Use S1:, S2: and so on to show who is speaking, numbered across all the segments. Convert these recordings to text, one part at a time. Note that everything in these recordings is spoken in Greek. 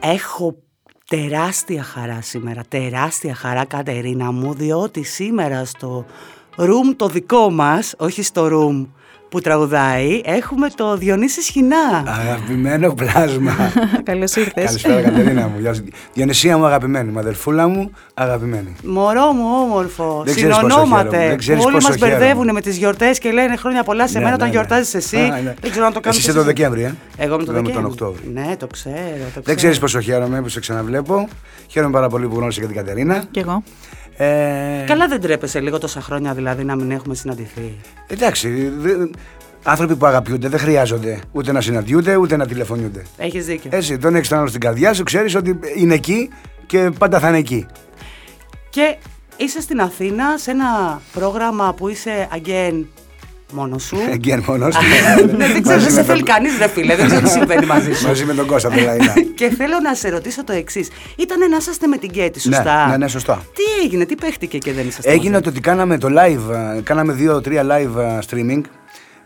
S1: Έχω τεράστια χαρά σήμερα, τεράστια χαρά Κατερίνα μου, διότι σήμερα στο room το δικό μας, όχι στο room που τραγουδάει, έχουμε το Διονύση Σχοινά.
S2: Αγαπημένο πλάσμα.
S3: Καλώς ήρθες.
S2: Καλησπέρα, Κατερίνα μου. Γεια σου. Διονυσία μου, αγαπημένη. Μαδερφούλα μου, αγαπημένη.
S1: Μωρό μου, όμορφο.
S2: Δεν ξέρεις πόσο χαίρομαι,
S1: Συνονόματε.
S2: δεν ξέρεις
S1: Όλοι
S2: πόσο
S1: μας μπερδεύουν
S2: χαίρομαι.
S1: με τις γιορτές και λένε χρόνια πολλά σε
S2: Ναι,
S1: μένα
S2: ναι,
S1: όταν
S2: ναι.
S1: γιορτάζεις εσύ.
S2: Α, ναι.
S1: Δεν ξέρω αν το κάνω.
S2: Εσύ είσαι το Δεκέμβρη, ε.
S1: Εγώ είμαι το
S2: Εγώ είμαι
S1: Δεκέμβρη.
S2: τον Οκτώβριο.
S1: Ναι, το ξέρω. Το
S2: Δεν
S1: ξέρω.
S2: ξέρεις πόσο χαίρομαι που σε ξαναβλέπω. Χαίρομαι πάρα πολύ που γνώρισα και την Κατερίνα.
S3: Κι εγώ.
S2: Ε,
S1: Καλά δεν τρέπεσαι λίγο τόσα χρόνια δηλαδή να μην έχουμε συναντηθεί.
S2: Εντάξει. δε- Άνθρωποι που αγαπιούνται δεν χρειάζονται ούτε να συναντιούνται ούτε να τηλεφωνιούνται.
S1: Έχεις δίκιο.
S2: Έτσι, τον έχεις τον άλλο στην καρδιά σου, ξέρεις ότι είναι εκεί και πάντα θα είναι εκεί.
S1: Και είσαι στην Αθήνα σε ένα πρόγραμμα που είσαι again μόνος σου.
S2: Εγγύεν μόνο.
S1: Ε. Ναι, δεν ξέρω, δεν σε θέλει κανείς, ρε φίλε. Δεν ξέρω τι συμβαίνει μαζί σου.
S2: Μαζί με τον Κώστα, δηλαδή.
S1: και θέλω να σε ρωτήσω το εξής. Ήταν να είσαστε με την Κέτη,
S2: Ναι,
S1: σωστά.
S2: ναι, ναι, σωστά.
S1: Τι έγινε, τι παίχτηκε και δεν ήσασταν.
S2: Έγινε
S1: μαζί.
S2: το ότι κάναμε το live, ε, κάναμε δύο-τρία live ε, streaming.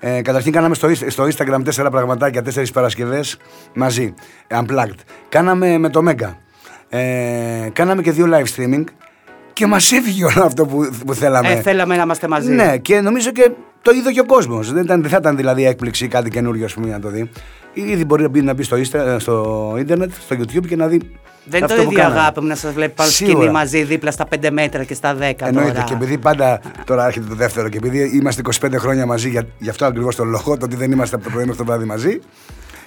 S2: Ε, καταρχήν κάναμε στο, ίσ- στο Instagram τέσσερα πραγματάκια, τέσσερις Παρασκευές μαζί, ε, unplugged. Κάναμε με το Mega. Ε, κάναμε και δύο live streaming και μας έφυγε όλο αυτό που, που θέλαμε.
S1: Ε, θέλαμε να είμαστε μαζί.
S2: Ναι, και νομίζω και το είδε και ο κόσμος. Δεν, ήταν- δεν θα ήταν δηλαδή έκπληξη ή κάτι καινούριο ας πούμε, να το δει. Ήδη μπορεί να μπει, να μπει στο, Insta- στο ίντερνετ, στο YouTube και να δει.
S1: Δεν
S2: αυτό
S1: το
S2: που
S1: ίδιο
S2: κάναμε.
S1: αγάπη μου να σας βλέπει πάνω
S2: Σίγουρα.
S1: σκηνή μαζί δίπλα στα 5 μέτρα και στα 10.
S2: Εννοείται.
S1: τώρα.
S2: Και επειδή πάντα. Τώρα έρχεται το δεύτερο. Και επειδή είμαστε 25 χρόνια μαζί, για, γι' αυτό ακριβώς τον λόγο, το ότι δεν είμαστε από το πρωί μέχρι το βράδυ μαζί.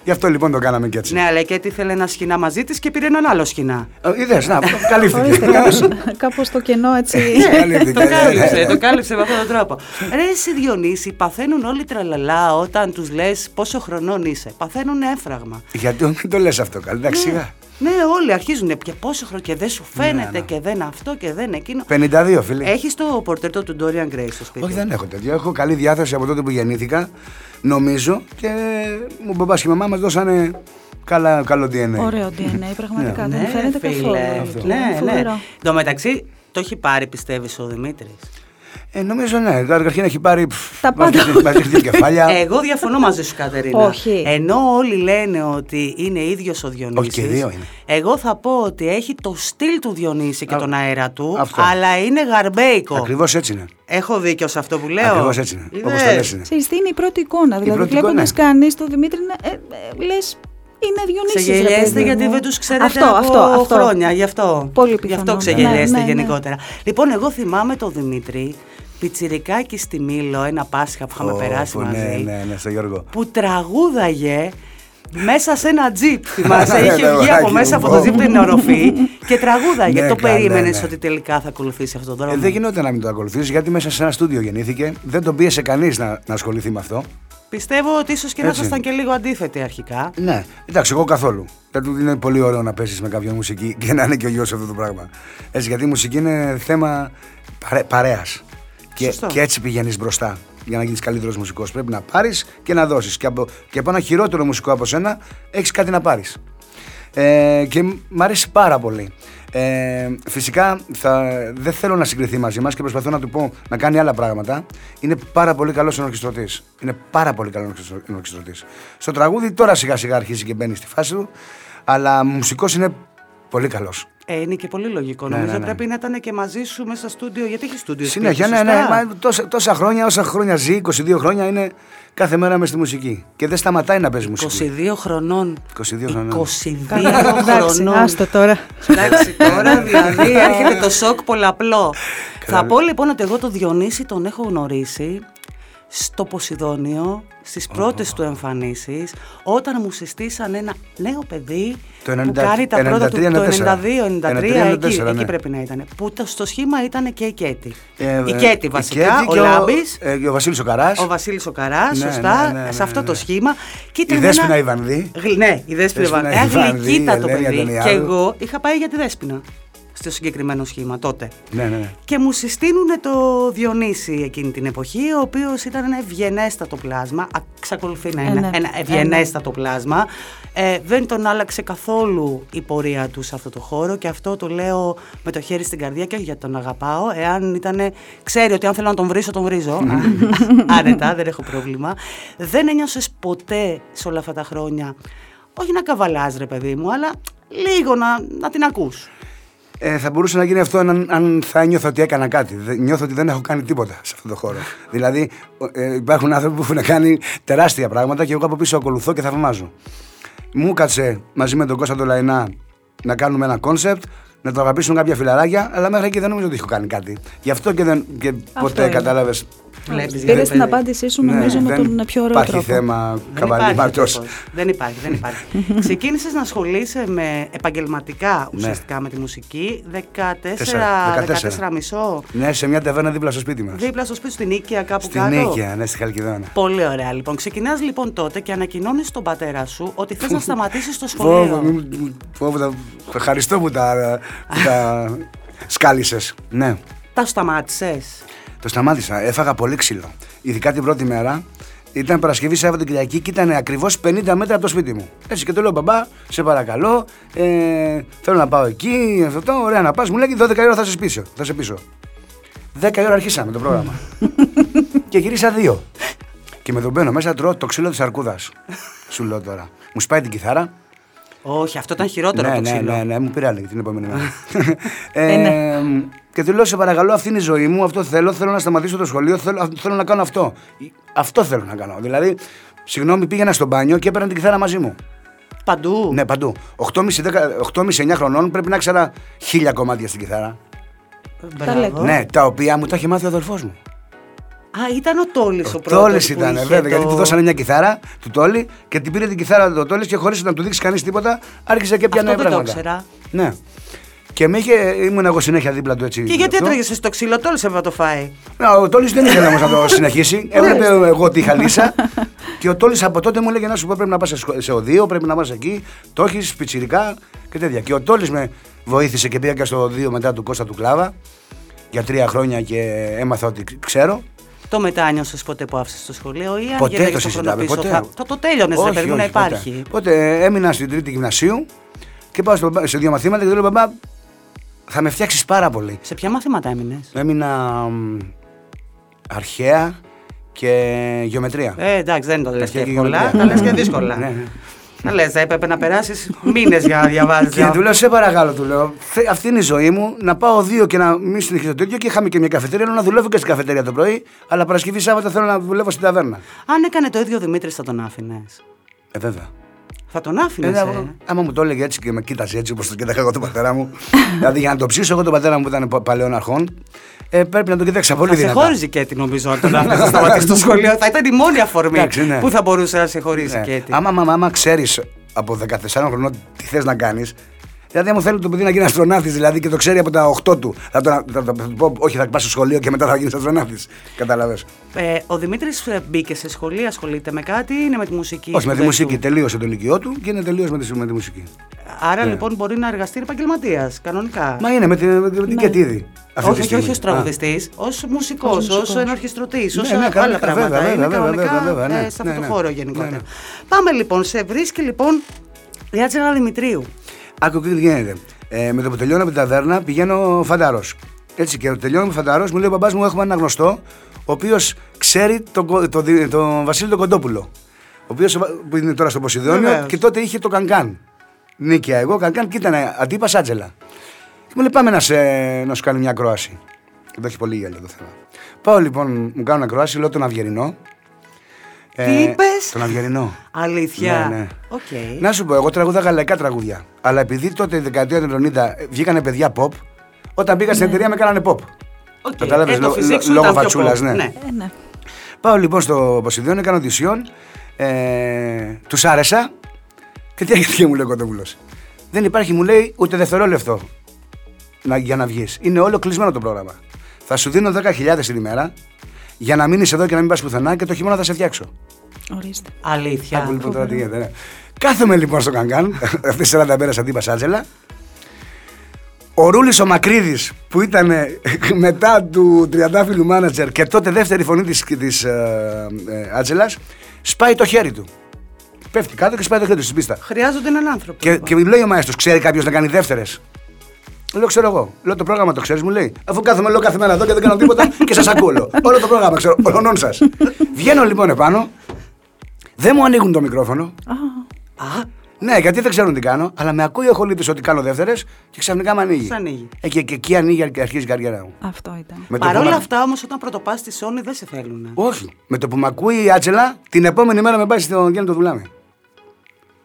S2: Γι' αυτό λοιπόν το κάναμε και έτσι.
S1: Ναι, αλλά και τι ήθελε ένα σκηνά μαζί της και πήρε έναν άλλο σκηνά.
S2: Είδε, Ε, να, καλύφθηκε.
S3: Ορίστε, κάπως- κάπως το κενό έτσι.
S2: Καλύφθηκε,
S1: το
S2: ναι, ναι,
S1: κάλυψε,
S2: ναι.
S1: το κάλυψε με αυτόν τον τρόπο. Ρε εσύ Διονύση, παθαίνουν όλοι τραλαλά όταν τους λες πόσο χρονών είσαι. Παθαίνουν έφραγμα.
S2: Γιατί μην το λες αυτό, καλά. Εντάξει, σιγά.
S1: Ναι, όλοι αρχίζουν και πόσο χρόνο και δεν σου φαίνεται
S2: ναι.
S1: και δεν αυτό και δεν εκείνο.
S2: 52, φίλε.
S1: Έχεις το πορτρέτο του Dorian Gray στο σπίτι.
S2: Όχι, δεν έχω τέτοιο. Έχω καλή διάθεση από τότε που γεννήθηκα, νομίζω. Και μου μπαμπάς και η μαμά μας δώσανε καλά, καλό DNA.
S3: Ωραίο DNA, πραγματικά. Δεν μου φαίνεται καθόλου.
S1: Ναι, ναι.
S3: Φοβερό.
S1: Εν τω μεταξύ, το έχει πάρει, πιστεύεις ο Δημήτρης.
S2: Ε, νομίζω ναι. Καταρχήν έχει πάρει. πφ,
S3: Τα
S2: μας
S3: πάντα.
S2: δείχνει- Μας δείχνει κεφάλια.
S1: Εγώ διαφωνώ μαζί σου, Κατερίνα.
S3: Όχι.
S1: Ενώ όλοι λένε ότι είναι ίδιος ο Διονύσης
S2: Όχι, και δύο είναι.
S1: Εγώ θα πω ότι έχει το στυλ του Διονύση και
S2: Α,
S1: τον αέρα του,
S2: αυτό.
S1: αλλά είναι γαρμπέικο.
S2: Ακριβώς έτσι είναι.
S1: Έχω δίκιο σε αυτό που λέω.
S2: Ακριβώς έτσι είναι.
S1: Είδες.
S2: Όπως τα λες είναι.
S3: Ξέρεις τι είναι η πρώτη εικόνα. Δηλαδή,
S2: πρώτη
S3: βλέποντας
S1: ναι.
S2: εικόνα.
S3: κανείς τον Δημήτρη, να- ε, ε, λες είναι Διονύσης.
S1: Σε
S3: ρε
S1: γελιέστε
S3: παιδί
S1: γιατί
S3: μου.
S1: δεν τους ξέρετε
S3: αυτό,
S1: από
S3: αυτό, αυτό.
S1: χρόνια. Γι' αυτό,
S3: Πολύ
S1: γι
S3: πιθανό,
S1: αυτό
S3: ναι.
S1: ξεγελιέστε
S3: Ναι, ναι, ναι.
S1: γενικότερα. Λοιπόν, εγώ θυμάμαι τον Δημήτρη πιτσιρικάκι στη Μήλο, ένα Πάσχα που είχαμε
S2: Ω,
S1: περάσει
S2: που
S1: μαζί.
S2: Ναι, ναι, ναι, στο Γιώργο.
S1: που τραγούδαγε μέσα σε ένα τζιπ. Θυμάσαι,
S2: Ναι,
S1: είχε
S2: ναι,
S1: βγει από
S2: βράχη,
S1: μέσα από το
S2: λοιπόν.
S1: τζιπ την οροφή και τραγούδαγε.
S2: Ναι,
S1: Το
S2: καλά,
S1: περίμενες
S2: ναι.
S1: ότι τελικά θα ακολουθήσει αυτό το
S2: Ε,
S1: δρόμο.
S2: δεν γινόταν να μην το ακολουθήσει γιατί μέσα σε ένα στούντιο γεννήθηκε. Δεν τον πίεσε κανείς να, να ασχοληθεί με αυτό.
S1: Πιστεύω ότι ίσως και να
S2: Έτσι.
S1: ήσασταν και λίγο αντίθετοι αρχικά.
S2: Ναι, εντάξει, εγώ καθόλου. Γιατί είναι πολύ ωραίο να πέσεις με κάποιον μουσική και να είναι και ο γιος αυτό το πράγμα. Έτσι, γιατί η μουσική είναι θέμα παρέ, παρέας. Και,
S1: Σωστό.
S2: και έτσι πηγαίνεις μπροστά για να γίνεις καλύτερος μουσικός. Πρέπει να πάρεις και να δώσεις. Και, από, και από ένα χειρότερο μουσικό από σένα έχεις κάτι να πάρεις. Ε, και μ' αρέσει πάρα πολύ. Ε, φυσικά θα, δεν θέλω να συγκριθεί μαζί μας και προσπαθώ να του πω να κάνει άλλα πράγματα. Είναι πάρα πολύ καλός ενορχιστρωτή. Είναι πάρα πολύ καλός ενορχιστρωτή. Στο τραγούδι τώρα σιγά σιγά αρχίζει και μπαίνει στη φάση του. Αλλά μουσικός είναι πολύ καλός.
S1: Ε, είναι και πολύ λογικό.
S2: Ναι,
S1: Νομίζω
S2: ναι, ναι.
S1: πρέπει να ήταν και μαζί σου μέσα στο στούντιο, γιατί έχει στούντιο. σπίτι,
S2: Συνέχεια, ναι, ναι.
S1: σωστά.
S2: Μα, τόσα, τόσα χρόνια, όσα χρόνια ζει, 22 χρόνια είναι κάθε μέρα μες στη μουσική. Και δεν σταματάει να παίζει μουσική.
S1: 22 χρονών.
S2: 22 χρονών.
S1: 22
S3: Εντάξει,
S1: χρονών.
S3: άστο τώρα.
S1: Εντάξει, τώρα δηλαδή έρχεται το σοκ πολλαπλό. Θα πω λοιπόν ότι εγώ το Διονύση τον έχω γνωρίσει στο Ποσειδόνιο, στις πρώτες του εμφανίσεις, όταν μου συστήσαν ένα νέο παιδί
S2: Το
S1: που
S2: 90
S1: κάνει τα πρώτα του, το 92-93,
S2: 93, 93,
S1: εκεί, εκεί
S2: ναι.
S1: πρέπει να ήταν. Που το, στο σχήμα ήταν και η Κέτη.
S2: Ε,
S1: η
S2: ε,
S1: Κέτη βασικά,
S2: Κέτη
S1: ο
S2: και
S1: Λάμπης,
S2: ε, και ο Βασίλης ο Καράς.
S1: ο Βασίλης ο Καράς,
S2: Ναι,
S1: σωστά,
S2: ναι, ναι, ναι,
S1: σε αυτό
S2: ναι,
S1: το
S2: ναι.
S1: σχήμα. Και
S2: Η
S1: ήταν
S2: Δέσποινα
S1: ένα-
S2: Ιβανδί.
S1: Γλ- Ναι, η Δέσποινα
S2: Δέσποινα
S1: Ιβανδί.
S2: Ιβανδί,
S1: Γλυκίτα το
S2: Ελένη
S1: παιδί.
S2: Αντωνιάδου.
S1: Και εγώ είχα πάει για τη Δέσποινα στο συγκεκριμένο σχήμα τότε.
S2: Ναι, ναι, ναι.
S1: Και μου συστήνουν το Διονύση εκείνη την εποχή, ο οποίος ήταν ένα ευγενέστατο πλάσμα. Αξακολουθεί να είναι
S3: Ε, ναι.
S1: ένα ευγενέστατο πλάσμα. Ε, δεν τον άλλαξε καθόλου η πορεία του σε αυτό το χώρο και αυτό το λέω με το χέρι στην καρδιά και όχι γιατί τον αγαπάω. Εάν ήταν. ξέρει ότι αν θέλω να τον βρίσω, τον βρίζω. Άνετα, δεν έχω πρόβλημα. Δεν ένιωσες ποτέ σε όλα αυτά τα χρόνια. Όχι να καβαλάς ρε παιδί μου, αλλά λίγο να, να την ακούς.
S2: Ε, θα μπορούσε να γίνει αυτό αν, αν θα νιώθω ότι έκανα κάτι. Δε- Νιώθω ότι δεν έχω κάνει τίποτα σε αυτό το χώρο. δηλαδή, ε, υπάρχουν άνθρωποι που έχουν κάνει τεράστια πράγματα και εγώ από πίσω ακολουθώ και θαυμάζω. Μου κάτσε μαζί με τον Κώστα τον Λαϊνά να κάνουμε ένα κόνσεπτ, να το αγαπήσουν κάποια φιλαράκια, αλλά μέχρι εκεί δεν νομίζω ότι έχω κάνει κάτι. Γι' αυτό και, δεν, και ποτέ
S3: είναι.
S2: κατάλαβες.
S1: Βλέπεις, ρε,
S3: Πήρε την
S1: παιδί. Ναι,
S3: απάντησή σου, νομίζω, με τον πιο ωραίο
S2: υπάρχει
S3: τρόπο.
S2: θέμα
S1: Δεν υπάρχει
S2: καβαλήματο.
S1: τρόπος. Δεν υπάρχει, δεν υπάρχει. Ξεκίνησες να ασχολείσαι με
S2: Ναι.
S1: επαγγελματικά ουσιαστικά με τη μουσική
S2: 14,
S1: 14 μισό.
S2: Ναι, σε μια ταβέρνα δίπλα στο σπίτι μας.
S1: Δίπλα στο σπίτι στην Νίκαια κάπου
S2: Στην
S1: κάτω.
S2: Νίκαια, ναι, στη Χαλκιδόνα.
S1: Πολύ ωραία λοιπόν. Ξεκινάς λοιπόν τότε και ανακοινώνεις στον πατέρα σου ότι θες να σταματήσεις το
S2: Φόβο,
S1: σχολείο.
S2: μη- μη- φόβο, τα- ευχαριστώ που τα, που τα σκάλισες. Ναι,
S1: Τα σταμάτησες.
S2: το σταμάτησα. Έφαγα πολύ ξύλο. Ειδικά την πρώτη μέρα. Ήταν Παρασκευή, Σάββατο, Κυριακή και ήταν ακριβώς 50 μέτρα από το σπίτι μου. Έτσι και το λέω, Μπαμπά, σε παρακαλώ, ε, θέλω να πάω εκεί. Αυτό, το, ωραία να πας. Μου λέει 12 η ώρα θα σε πίσω. Θα σε πίσω. 10 η ώρα αρχίσαμε το πρόγραμμα. και γύρισα δύο. Και με τον μπαίνω μέσα, τρώω το ξύλο της αρκούδας. Σου λέω τώρα. Μου σπάει την κιθάρα,
S1: Όχι, αυτό ήταν χειρότερο από το
S2: ναι,
S1: ξύλο.
S2: ναι, ναι, μου πήρε άλλη την επόμενη μέρα.
S3: Ε, ναι.
S2: Και του λέω: Σε παρακαλώ, αυτή είναι η ζωή μου. Αυτό θέλω. Θέλω να σταματήσω το σχολείο. Θέλω, θέλω να κάνω αυτό. Αυτό θέλω να κάνω. Δηλαδή, συγγνώμη, πήγαινα στο μπάνιο και έπαιρνα την κιθάρα μαζί μου.
S1: Παντού.
S2: Ναι, παντού. 8,5-9 χρονών πρέπει να ξέρα χίλια κομμάτια στην κιθάρα.
S1: Μπράβο.
S3: λέτε. Ω.
S2: Ναι, τα οποία μου τα είχε μάθει ο αδελφός μου.
S1: Α, ήταν ο Τόλης ο πρώτος
S2: Τόλης
S1: που
S2: ήταν,
S1: είχε
S2: βέβαια,
S1: το-
S2: γιατί του δώσανε μια κιθάρα του Τόλη και την πήρε την κιθάρα του Τόλης και χωρίς να του δείξει κανείς τίποτα, άρχισε και πιάνε
S1: Αυτό δεν το
S2: πράγματα.
S1: ήξερα.
S2: Ναι. Και με είχε, ήμουν εγώ συνέχεια δίπλα του έτσι.
S1: Και γιατί
S2: αυτό.
S1: έτρωγες στο ξύλο, Τόλης έπρεπε να το φάει.
S2: Να, ο Τόλης δεν ήθελε όμως να το συνεχίσει. Έβλεπε εγώ ότι είχα λύσα. και ο Τόλης από τότε μου έλεγε να σου πω πρέπει να πας σε, σχο- σε οδείο, πρέπει να πας εκεί. Το έχεις πιτσιρικά και τέτοια. Και ο Τόλης με βοήθησε και πήγα και στο οδείο μετά του Κώστα του Κλάβα για τρία χρόνια και έμαθα ότι ξέρω.
S1: Το μετάνιωσε ποτέ που άφησες το σχολείο ή αν
S2: Ποτέ
S1: γυρνάγες
S2: το
S1: χρόνο
S2: συζητάμε.
S1: πίσω,
S2: Ποτέ.
S1: Θα, θα το τέλειωνες,
S2: Όχι,
S1: ρε παιδί μου, να
S2: όχι,
S1: υπάρχει.
S2: Ποτέ. Οπότε έμεινα στην τρίτη γυμνασίου και πάω στο, μπα- σε δύο μαθήματα και του λέω Μπαμπά, θα με φτιάξεις πάρα πολύ.
S1: Σε ποια μαθήματα έμεινες.
S2: Έμεινα μ, αρχαία και γεωμετρία.
S1: Ε, εντάξει, δεν το λες και
S2: Αρχαία και
S1: εύκολα,
S2: γεωμετρία.
S1: τα λες και δύσκολα.
S2: Ναι, ναι.
S1: Να λες, θα έπρεπε να περάσεις μήνες για να διαβάζεις.
S2: Και του λέω, σε παρακαλώ, του λέω. «Θε- Αυτή είναι η ζωή μου. Να πάω δύο και να μην συνεχίσω το τέτοιο. Και είχαμε και μια καφετέρια. Λέω να δουλεύω και στην καφετέρια το πρωί. Αλλά Παρασκευή Σάββατο θέλω να δουλεύω στην ταβέρνα.
S1: Αν έκανε το ίδιο ο Δημήτρης, θα τον άφηνες.
S2: Ε, βέβαια.
S1: Θα τον άφηνε.
S2: Ε, άμα μου το έλεγε έτσι και με κοίταζε έτσι όπως το κοίταγα εγώ τον πατέρα μου. δηλαδή για να το ψήσω εγώ τον πατέρα μου που ήταν πα- παλαιών αρχών. Ε, πρέπει να το κοίταξα πολύ
S1: θα σε
S2: δυνατά.
S1: χώριζε και έτσι, νομίζω, αν τον άφηνε να σταματήσει το σχολείο. Θα ήταν η μόνη αφορμή
S2: Εντάξει, ναι.
S1: που θα μπορούσε να σε χωρίσει
S2: Ναι.
S1: και έτσι.
S2: Άμα, άμα, άμα ξέρεις από 14 χρονών τι θες να κάνεις. Δηλαδή, άμα θέλει το παιδί να γίνει αστροναύτης, δηλαδή και το ξέρει από τα 8 του, θα το, θα, το- θα του πω: Όχι, θα πας στο σχολείο και μετά θα γίνεις αστροναύτης. Κατάλαβες.
S1: Ε, ο Δημήτρης μπήκε σε σχολεία, ασχολείται με κάτι, είναι με τη μουσική.
S2: Όχι, με τη
S1: σπουδές
S2: μουσική.
S1: του.
S2: Τελείωσε το λυκειό του και είναι τελείως με, τη- με τη μουσική.
S1: Άρα λοιπόν μπορεί να εργαστεί επαγγελματίας, κανονικά.
S2: Ναι. Μα είναι με, τη, με, τη- με την Κετίδη. αυτή τη
S1: Ναι. όχι, όχι,
S2: στιγμή.
S1: όχι ω τραγουδιστή, ως μουσικός,
S3: Ως μουσικός.
S1: ως ενορχιστρωτής, ως
S2: Ναι, ναι,
S1: άλλα
S2: κανονικά,
S1: πράγματα.
S2: βέβαια,
S1: είναι
S2: βέβαια,
S1: κανονικά
S2: βέβαια, βέβαια, ναι,
S1: ε, σε αυτό
S2: ναι,
S1: το
S2: ναι.
S1: χώρο
S2: Ναι,
S1: γενικότερα.
S2: ναι.
S1: Πάμε λοιπόν, σε βρίσκει λοιπόν η Άτζελα Δημητρίου.
S2: Άκου και τι γίνεται. Ε, με το που τελειώνω από την ταβέρνα πηγαίνω φαντάρος. Έτσι και τελειώνω με φαντάρος, μου λέει ο μπαμπάς μου: Έχουμε ένα γνωστό, ο οποίος ξέρει τον το, το, δι- τον Βασίλη τον Κοντόπουλο. Ο οποίος που είναι τώρα στο Ποσειδόνιο
S1: Βεβαίως.
S2: και τότε είχε το Κανκάν. Νίκαια εγώ, Κανκάν και ήταν αντίπας Άτζελα. Και μου λέει: Πάμε να, σε, να σου κάνω μια ακρόαση. Και το έχει πολύ γέλιο το θέμα. Πάω λοιπόν, μου κάνω ακρόαση, λέω τον Αυγερινό. Ε,
S1: Τι είπες?
S2: Τον Αυγερινό.
S1: Αλήθεια.
S2: Ναι, ναι.
S1: Οκ.
S2: Να σου πω, εγώ τραγούδαγα λαϊκά τραγούδια. Αλλά επειδή τότε η δεκαετία του 90 βγήκανε παιδιά pop, όταν πήγα στην εταιρεία με κάνανε pop.
S1: Οκ.
S2: Κατάλαβες,
S1: Ε, το
S2: λο-
S1: physics
S2: λο-
S1: σου
S2: λόγω
S1: ήταν πιο
S2: βατσούλας,
S1: pop.
S2: ναι.
S3: Ε, ναι.
S2: Πάω λοιπόν στο Ποσειδόνιο, κάνω οντισιόν, ε, τους άρεσα και τι έγινε μου λέει ο Κοντόπουλο. Δεν υπάρχει, μου λέει, ούτε δευτερόλεπτο να, για να βγεις. Είναι όλο κλεισμένο το πρόγραμμα. Θα σου δίνω 10.000 την ημέρα για να μείνεις εδώ και να μην πας πουθενά και το χειμώνα θα σε φτιάξω.
S3: Ορίστε.
S1: Αλήθεια.
S2: Άκου λοιπόν τώρα τι γίνεται. ναι. Κάθομαι λοιπόν στο καγκάν, αυτέ τι 40 μέρε αντίπα Άτζελα. Ο Ρούλης ο Μακρύδης που ήταν ε, μετά του τριαντάφυλλου μάνατζερ και τότε δεύτερη φωνή της, της ε, ε, Άτζελας σπάει το χέρι του. Πέφτει κάτω και σπάει το χέρι του στην πίστα.
S1: Χρειάζονται έναν άνθρωπο.
S2: Και,
S1: λοιπόν.
S2: και μου λέει ο μαέστρος, ξέρει κάποιος να κάνει δεύτερες. Λέω, ξέρω εγώ. Λέω το πρόγραμμα το ξέρεις, μου λέει. Αφού κάθομαι, λέω κάθε μέρα εδώ και δεν κάνω τίποτα και σας ακούω. λέω. Όλο το πρόγραμμα ξέρω, ολονών σας. Βγαίνω λοιπόν επάνω, δεν μου ανοίγουν το μικρόφωνο.
S3: Α,
S1: Α,
S2: Ναι, γιατί δεν ξέρουν τι κάνω, αλλά με ακούει ο Χολίτης ότι κάνω δεύτερες και ξαφνικά με ανοίγει.
S1: Σ' ανοίγει.
S2: Ε, και, και εκεί ανοίγει, και αρχίζει η καριέρα μου.
S3: Αυτό ήταν.
S2: Με το
S1: Παρ'
S2: που
S1: όλα
S2: με-
S1: αυτά όμως, όταν πρωτοπάς στη Sony δεν σε θέλουν.
S2: Όχι. Με το που με ακούει η Άτσελα, την επόμενη μέρα με πάει στον Γιάννη το Δουλάμι.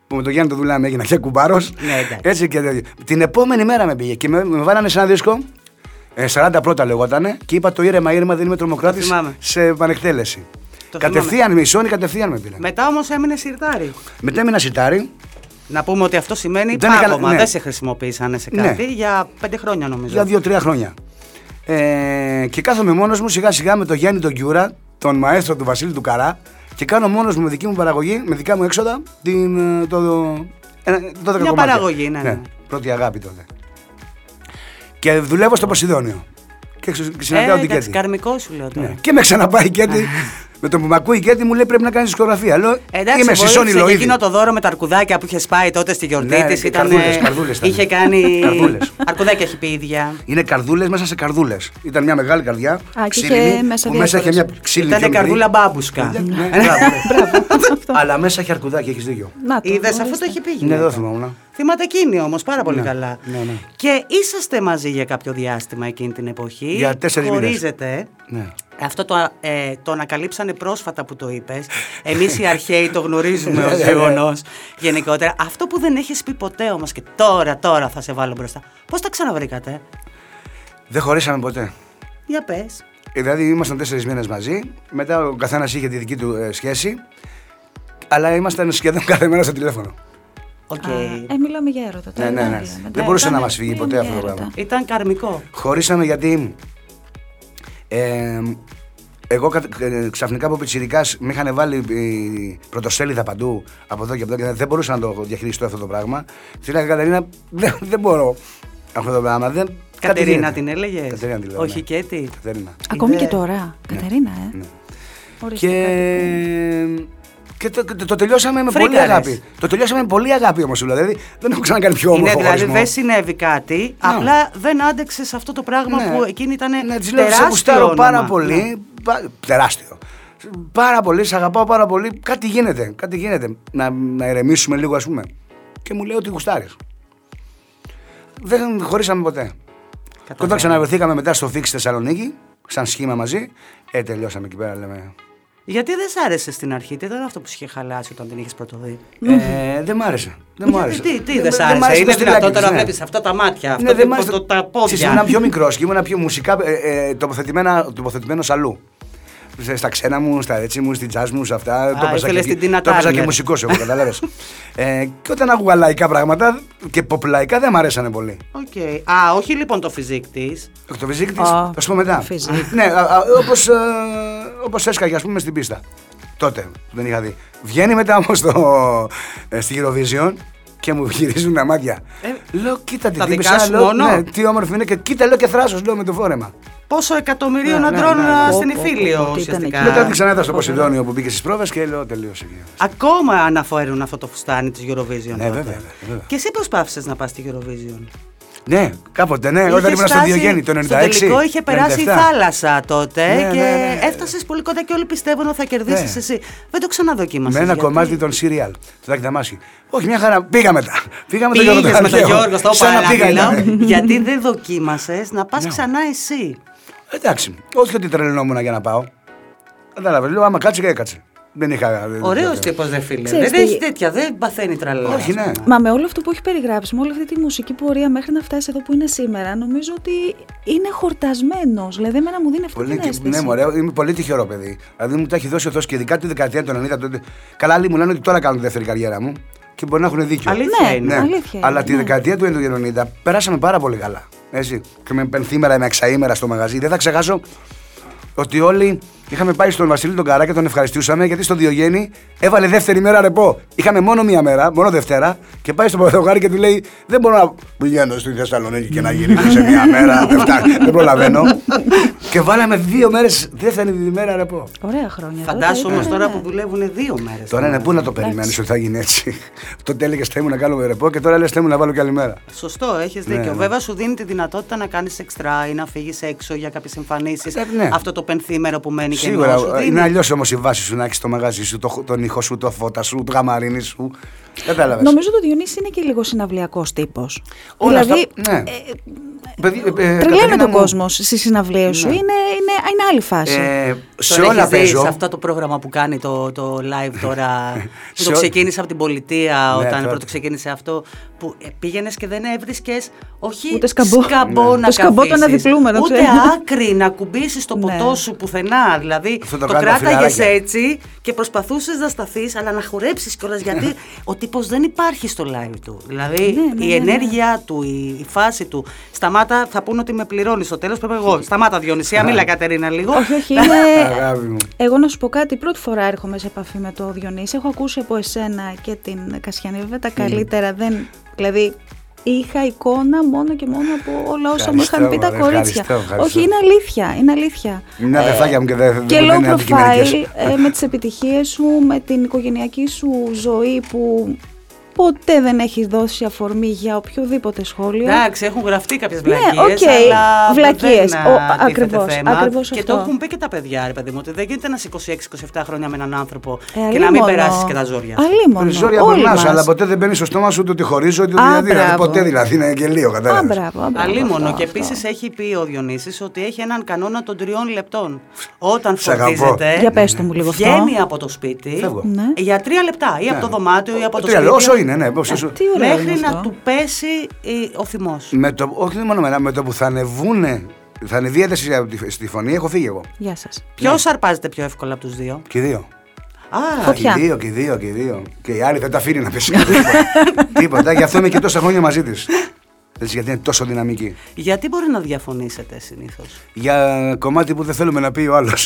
S2: Που με τον Γιάννη το Δουλάμι έγινα και κουμπάρος.
S1: Ναι, εντάξει.
S2: Έτσι και τέτοιο. Την επόμενη μέρα με πήγε και με, με βάλανε σε ένα δίσκο. ε, 40 πρώτα λεγότανε και είπα το ήρεμα, ήρεμα δεν είμαι τρομοκράτης
S1: Το θυμάμαι.
S2: σε επανεκτέλεση.
S1: Το
S2: Κατευθείαν με ισώνει, κατευθείαν με πήραν.
S1: Μετά όμως έμεινε σιρτάρι.
S2: Μετά έμεινα σιτάρι.
S1: Να πούμε ότι αυτό σημαίνει
S2: Δεν
S1: δεν πάγωμα.
S2: έκανα- ναι.
S1: Δεν σε χρησιμοποίησαν σε
S2: Ναι.
S1: κάτι για πέντε χρόνια νομίζω.
S2: για δύο-τρία χρόνια. Ε, και κάθομαι μόνος μου σιγά σιγά με τον Γιάννη τον Κιούρα, τον μαέστρο του Βασίλη του Καρά και κάνω μόνος μου με δική μου παραγωγή, με δικά μου έξοδα, την, ε, το, ένα- το 12 κομμάτια.
S1: παραγωγή, ναι, ναι.
S2: Πρώτη αγάπη τότε. Και δουλεύω στο Ποσειδόνιο. Και ξε- συναντάω
S1: ε,
S2: την
S1: εντάξει,
S2: Κέτη.
S1: καρμικό σου λέω τώρα.
S2: Ναι. Και με ξαναπάει η Κέτη. με το που με ακούει η Κέτη μου λέει πρέπει να κάνεις δισκογραφία. Λέω,
S1: Εντάξει,
S2: είμαι στη
S1: βοήθησε
S2: Σόνι
S1: και
S2: Λοίδη.
S1: εκείνο το δώρο με τα αρκουδάκια που είχε πάει τότε στη γιορτή
S2: Ναι,
S1: της,
S2: και
S1: ήταν,
S2: καρδούλες,
S1: ε,
S2: καρδούλες ήταν.
S1: Είχε κάνει.
S2: Καρδούλες.
S1: αρκουδάκια έχει πει η ίδια.
S2: Είναι καρδούλες μέσα σε καρδούλες. Ήταν μια μεγάλη καρδιά.
S3: και
S2: ξύλινη,
S3: είχε μέσα
S2: που μέσα είχε
S3: διάφορες.
S2: μια ξύλινη.
S1: Ήταν
S2: πιο μικρή.
S1: καρδούλα μπάμπουσκα.
S2: Ναι, μπράβο. Αλλά μέσα έχει αρκουδάκι, έχεις δίκιο.
S3: Να το.
S1: Είδες αυτό
S3: ορίστε.
S1: το έχει πει. η
S2: Ναι,
S1: γυναίκα.
S2: εδώ θυμόμουν.
S1: Θυμάται εκείνη όμως πάρα πολύ
S2: Ναι,
S1: καλά.
S2: ναι, ναι.
S1: Και είσαστε μαζί για κάποιο διάστημα εκείνη την εποχή.
S2: Για τέσσερις μήνες.
S1: Χωρίζετε.
S2: Ναι.
S1: Αυτό το, ε, το ανακαλύψανε πρόσφατα που το είπες. Εμείς οι αρχαίοι το γνωρίζουμε ως
S2: Ναι, ναι, ναι.
S1: γεγονός γενικότερα. Αυτό που δεν έχεις πει ποτέ όμως και τώρα, τώρα θα σε βάλω μπροστά. Πώς τα ξαναβρήκατε,
S2: Δεν χωρίσαμε ποτέ.
S1: Για πες.
S2: Ε, Δηλαδή ήμασταν τέσσερις μήνες μαζί. Μετά ο καθένας είχε τη δική του ε, σχέση. Αλλά ήμασταν σχεδόν κάθε μέρα στο τηλέφωνο.
S1: Οκ.
S3: Α, Ε, μιλάμε για έρωτα. τώρα,
S2: Ναι, ναι, ναι.
S3: μιλάμε.
S2: Δεν μπορούσε να
S3: ήταν-
S2: μας φύγει
S3: μιλάμε
S2: ποτέ αυτό
S3: για
S2: το
S3: έρωτα.
S2: πράγμα.
S1: Ήταν καρμικό.
S2: Χωρίσαμε γιατί. Ε, εγώ κατα- ε, ξαφνικά από πιτσιρικάς με είχαν βάλει ε, πρωτοσέλιδα παντού από εδώ και από εδώ και δεν μπορούσα να το διαχειριστώ αυτό το πράγμα. Τη λέγα Κατερίνα, δεν, δεν μπορώ αυτό το πράγμα. Δεν, κάτι
S1: Κατερίνα
S2: γίνεται».
S1: την έλεγες.
S2: Κατερίνα τη λέω.
S1: Όχι
S2: ναι.
S1: Κέτη.
S2: Κατερίνα.
S3: Ακόμη και
S1: Είδε-
S3: τώρα. Κατερίνα, ε. Ορίστε,
S2: ναι, Και, ε, και το, το, το τελειώσαμε με πολύ
S1: Φρίκαρες. αγάπη.
S2: αγάπη. Το τελειώσαμε με πολύ αγάπη όμως. Δηλαδή δεν έχω ξανακάνει πιο
S1: Είναι
S2: όμορφο
S1: δηλαδή
S2: χωρισμό.
S1: δεν συνέβη κάτι, απλά δεν άντεξε αυτό το πράγμα
S2: Ναι.
S1: που εκείνη ήταν.
S2: Ναι, της λέω,
S1: τεράστιο
S2: σε γουστάρω πάρα
S1: όνομα».
S2: πολύ.
S1: Ναι.
S2: πα- τεράστιο. Πάρα πολύ, σε αγαπάω πάρα πολύ. Κάτι γίνεται, κάτι γίνεται. Να, να ηρεμήσουμε λίγο, ας πούμε. Και μου λέει ότι γουστάρεις. Δεν χωρίσαμε ποτέ. Και όταν ξαναβρεθήκαμε μετά στο Fix Θεσσαλονίκη, σαν σχήμα μαζί, ε, τελειώσαμε εκεί πέρα, λέμε.
S1: Γιατί δεν σ' άρεσε στην αρχή, τι ήταν αυτό που σου είχε χαλάσει όταν την είχες πρωτοδεί.
S2: Ε, δεν μ' άρεσε. Δεν μ' άρεσε.
S1: Τι, τι
S2: μ'
S1: δεν σ'
S2: μ'
S1: άρεσε,
S2: το
S1: είναι
S2: στυλάκι
S1: δυνατό
S2: της,
S1: τώρα να
S2: ναι.
S1: βλέπεις αυτά τα μάτια,
S2: Ναι,
S1: αυτό
S2: δεν μ'
S1: το-
S2: άρεσε.
S1: το- τα
S2: Ξέρεις, Ήμουν
S1: πόδια.
S2: πιο μικρός και ήμουν πιο μουσικά ε, ε, τοποθετημένα- τοποθετημένος αλλού. Σε- Στα ξένα μου, στα έτσι μου, στην jazz μου, σε αυτά. το έπαιζα
S1: ήθελες
S2: και,
S1: την ναι. Tina
S2: το έπαιζα και
S1: Turner.
S2: μουσικός εγώ, καταλάβες. ε, και όταν άκουγα λαϊκά πράγματα και ποπλαϊκά δεν μ' αρέσανε πολύ.
S1: Οκ. Α, όχι λοιπόν το φυσικ της.
S2: Το φυσίκ της,
S3: Α,
S2: θα σου πω μετά.
S3: φυσικ.
S2: ναι, όπω όπως έσκαγε, ας πούμε, στην πίστα. Τότε που δεν είχα δει. Βγαίνει μετά όμως στο, ε, στη Eurovision και μου γυρίζουν τα μάτια.
S1: Ε,
S2: λέω, κοίτα την
S1: τα
S2: τύπησα,
S1: δικά σου
S2: λέω,
S1: μόνο?
S2: ναι, τι όμορφη είναι και κοίτα, λέω και θράσος, λέω με το φόρεμα.
S1: Πόσο εκατομμυρίων
S2: Ναι, ναι,
S1: αντρών
S2: ναι, ναι.
S1: α,
S2: Πω,
S1: στην
S3: πω,
S1: Ιφίλιο
S3: πω, τι ήταν
S1: ουσιαστικά.
S3: εκεί.
S2: Μετά την ξανά είδα στο
S3: φοβερό.
S2: Ποσειδόνιο που μπήκε στις πρόβες και λέω, τελείωσε. εκεί».
S1: Ακόμα αναφέρουν αυτό το φουστάνι της Eurovision.
S2: Ναι,
S1: τότε.
S2: βέβαια, βέβαια.
S1: Και εσύ προσπάθησες να πας στη Eurovision.
S2: Ναι, κάποτε, ναι,
S1: Είχε
S2: όταν ήμουν στο
S1: φτάσει-
S2: Διογέννη το 96.
S1: στο τελικό είχε περάσει η
S2: 97.
S1: θάλασσα τότε
S2: Ναι,
S1: και
S2: ναι, ναι, ναι.
S1: έφτασες πολύ κοντά και όλοι πιστεύουν ότι θα κερδίσεις
S2: Ναι.
S1: εσύ. Δεν το ξαναδοκίμασες.
S2: Με ένα κομμάτι των Serial, του Τάκη Δαμάση. Όχι, μια χαρά. Πήγα μετά. Πήγα με τον Γιώργο
S1: Πήγε με τον
S2: Ταραχαίο.
S1: Γιώργο στο
S2: Σαν να πήγα,
S1: παράλληλο,
S2: ναι.
S1: γιατί δεν δοκίμασες να πας ξανά εσύ.
S2: Εντάξει, όχι ότι τρελνόμουν για να πάω. Κατάλαβες. Λέω, άμα κάτσε και έκατσε. Δεν είχα. Ε, δεν-
S1: Ωραίος
S2: δεν-
S1: τύπος, δε φίλε.
S3: Ξέρεις
S1: Δεν
S3: τι-
S1: έχεις τέτοια, δεν παθαίνει τραλά.
S2: Όχι, ναι.
S3: Μα με όλο αυτό που έχει περιγράψει, με όλη αυτή τη μουσική πορεία μέχρι να φτάσει εδώ που είναι σήμερα, νομίζω ότι είναι χορτασμένος. Δηλαδή, εμένα μου δίνει αυτή
S2: Πολύ,
S3: την αίσθηση.
S2: ναι, μωρέ, είμαι πολύ τυχερό παιδί. Δηλαδή μου τα έχει δώσει ο Θεός και ειδικά τη δεκαετία του 90. Τότε... Καλά, άλλοι μου λένε ότι τώρα κάνουν τη δεύτερη καριέρα μου και μπορεί να έχουν δίκιο.
S1: Αλήθεια
S3: Ναι,
S1: είναι.
S3: ναι. αλήθεια
S2: Αλλά
S3: είναι,
S2: τη
S3: ναι.
S2: δεκαετία του 90 πέρασαμε πάρα πολύ καλά. Έτσι. Και με πενθήμερα, με εξαήμερα στο μαγαζί. Δεν θα ξεχάσω ότι όλοι είχαμε πάει στον Βασίλη τον Καρά και τον ευχαριστούσαμε γιατί στο Διογέννη έβαλε δεύτερη μέρα ρεπό. Είχαμε μόνο μία μέρα, μόνο Δευτέρα, και πάει στον Παπαδογάρη και του λέει: Δεν μπορώ να πηγαίνω στη Θεσσαλονίκη και να γυρίσω σε μία μέρα. Δεν, φτάνει, δεν προλαβαίνω. Και βάλαμε δύο μέρες, δεν θα είναι ημέρα ρεπό.
S3: Ωραία χρόνια.
S1: Φαντάσου όμως
S3: ναι,
S1: τώρα
S3: ναι.
S1: που δουλεύουν δύο μέρες.
S2: Τώρα είναι πού να το περιμένεις ότι θα γίνει έτσι. Τότε έλεγες θα ήμουν να κάνω ρεπό και τώρα λες θα ήμουν να βάλω και άλλη μέρα.
S1: Σωστό, έχεις
S2: Ναι,
S1: δίκιο.
S2: ναι.
S1: Βέβαια, σου δίνει τη δυνατότητα να κάνεις εξτρά ή να φύγεις έξω για κάποιες εμφανίσεις.
S2: Ε, ναι.
S1: Αυτό το πενθήμερο που μένει και
S2: Σίγουρα. ε, ναι,
S1: σου δίνει.
S2: Είναι αλλιώς όμως η βάση σου να έχεις το μαγαζί σου, το, χ- τον ήχο σου, το φώτα σου, το γαμαρίνι σου. Κατάλαβες.
S3: Νομίζω ότι ο Διονύσης είναι και λίγο συναυλιακός τύπος.
S2: Όλα
S3: δηλαδή,
S2: αυτά- ναι. Παιδί- ε, ε,
S3: τρελαίνε
S2: Κατερίνα
S3: τον
S2: μου, Ναι.
S3: κόσμος στις συναυλίες σου. Είναι, είναι, είναι άλλη φάση.
S2: ε, σε
S1: Τον
S2: όλα
S1: έχεις δει
S2: παίζω.
S1: Σε αυτό το πρόγραμμα που κάνει το, το live τώρα, που
S2: Σε
S1: το
S2: ό-
S1: ξεκίνησε από την πολιτεία
S2: Ναι,
S1: όταν
S2: τότε.
S1: πρώτο ξεκίνησε αυτό, που πήγαινες και δεν έβρισκες όχι
S3: Ούτε σκαμπό.
S1: σκαμπό
S3: Ναι.
S1: να
S3: Το σκαμπό το
S1: καθίσεις,
S3: αναδιπλούμενο,
S1: Ούτε
S3: ξέρω.
S1: άκρη να κουμπίσεις το ποτό
S3: Ναι.
S1: σου πουθενά. Δηλαδή
S2: Αυτό
S1: το,
S2: το
S1: το
S2: κάνουν τα
S1: κράταγες
S2: φιλαράκια.
S1: έτσι και προσπαθούσες να σταθείς, αλλά να χορέψεις κιόλας γιατί ο τύπος δεν υπάρχει στο live του. Δηλαδή
S3: Ναι, ναι,
S1: η
S3: ναι, ναι.
S1: ενέργειά του, η, η φάση του. Σταμάτα, θα πούνε ότι με πληρώνει στο τέλος. Πρέπει εγώ. Σταμάτα, Διονυσία, μίλα Κατερίνα λίγο.
S3: όχι, όχι. Είναι,
S2: Ε, Αγάπη μου.
S3: Εγώ να σου πω κάτι, πρώτη φορά έρχομαι σε επαφή με το Διονύση. Έχω ακούσει από εσένα και την Κασιανή, βέβαια
S2: Mm.
S3: τα καλύτερα. Δεν, δηλαδή, είχα εικόνα μόνο και μόνο από όλα όσα μου
S2: Ευχαριστώ,
S3: είχαν πει τα
S2: μωρέ,
S3: κορίτσια.
S2: ευχαριστώ, ευχαριστώ.
S3: Όχι, είναι αλήθεια, είναι αλήθεια. Ε,
S2: Μια αδερφάκια μου και δεν
S3: και
S2: δεν
S3: low
S2: είναι
S3: profile
S2: αντικειμενικές.
S3: ε, με τις επιτυχίες σου, με την οικογενειακή σου ζωή που ποτέ δεν έχεις δώσει αφορμή για οποιοδήποτε σχόλιο.
S1: Εντάξει, έχουν γραφτεί κάποιες
S3: Ναι,
S1: βλακίε.
S3: οκ,
S1: αλλά
S3: βλακίες.
S1: δεν
S3: Ο,
S1: αντίθεται
S3: ακριβώς,
S1: θέμα.
S3: ακριβώς
S1: Και
S3: αυτό.
S1: το έχουν πει και τα παιδιά, ρε παιδί μου, ότι δεν γίνεται να είσαι 26-27 χρόνια με έναν άνθρωπο
S3: Ε,
S1: και να μην
S3: αλίμονο.
S1: περάσεις και τα ζόρια.
S3: Αλίμονο.
S2: Ζόρια από
S3: Όλοι
S2: εμάς,
S3: μας.
S2: αλλά ποτέ δεν μπαίνει στο στόμα σου ούτε ότι χωρίζω, ούτε
S3: Α,
S2: ότι διαδίδω.
S3: μπράβο.
S2: Ποτέ δηλαδή είναι γελίο,
S3: Α,
S2: κατάλαβε.
S3: μπράβο, α, μπράβο,
S1: Αλίμονο.
S3: αυτό,
S1: Και
S3: αυτό.
S1: επίσης έχει πει ο Διονύσης ότι έχει έναν κανόνα των τριών λεπτών. Όταν
S2: Σε αγαπώ.
S1: φορτίζεται.
S3: Για πες το μου λίγο αυτό.
S1: Βγαίνει από το σπίτι
S2: Φεύγω.
S3: Ναι.
S1: για τρία λεπτά.
S2: Ναι.
S1: Ή από το δωμάτιο ή από το
S2: Τρία,
S1: σπίτι.
S2: όσο είναι, ναι. Όσο, όσο-
S3: Ε, Τι ωραίο είναι
S1: Μέχρι να
S3: αυτό.
S1: του πέσει ε, ο θυμός.
S2: Με το, όχι μόνο εμένα, με το που θα ανεβούνε, θα ανεβεί η ένταση από τη- στη φωνή, έχω φύγει εγώ.
S3: Γεια σας.
S1: Ποιος αρπάζεται πιο εύκολα από τους δύο.
S2: Και οι δύο.
S1: Α,
S3: Φωτιά.
S2: Και οι δύο, και οι δύο, και οι δύο. Και η άλλη δεν τα αφήνει να πέσει. Τίποτα, γι' αυτό είμαι και τόσα χρόνια μαζί της. Έτσι, γιατί είναι τόσο δυναμική.
S1: γιατί μπορεί να διαφωνήσετε συνήθως.
S2: Για κομμάτι που δεν θέλουμε να πει ο άλλο.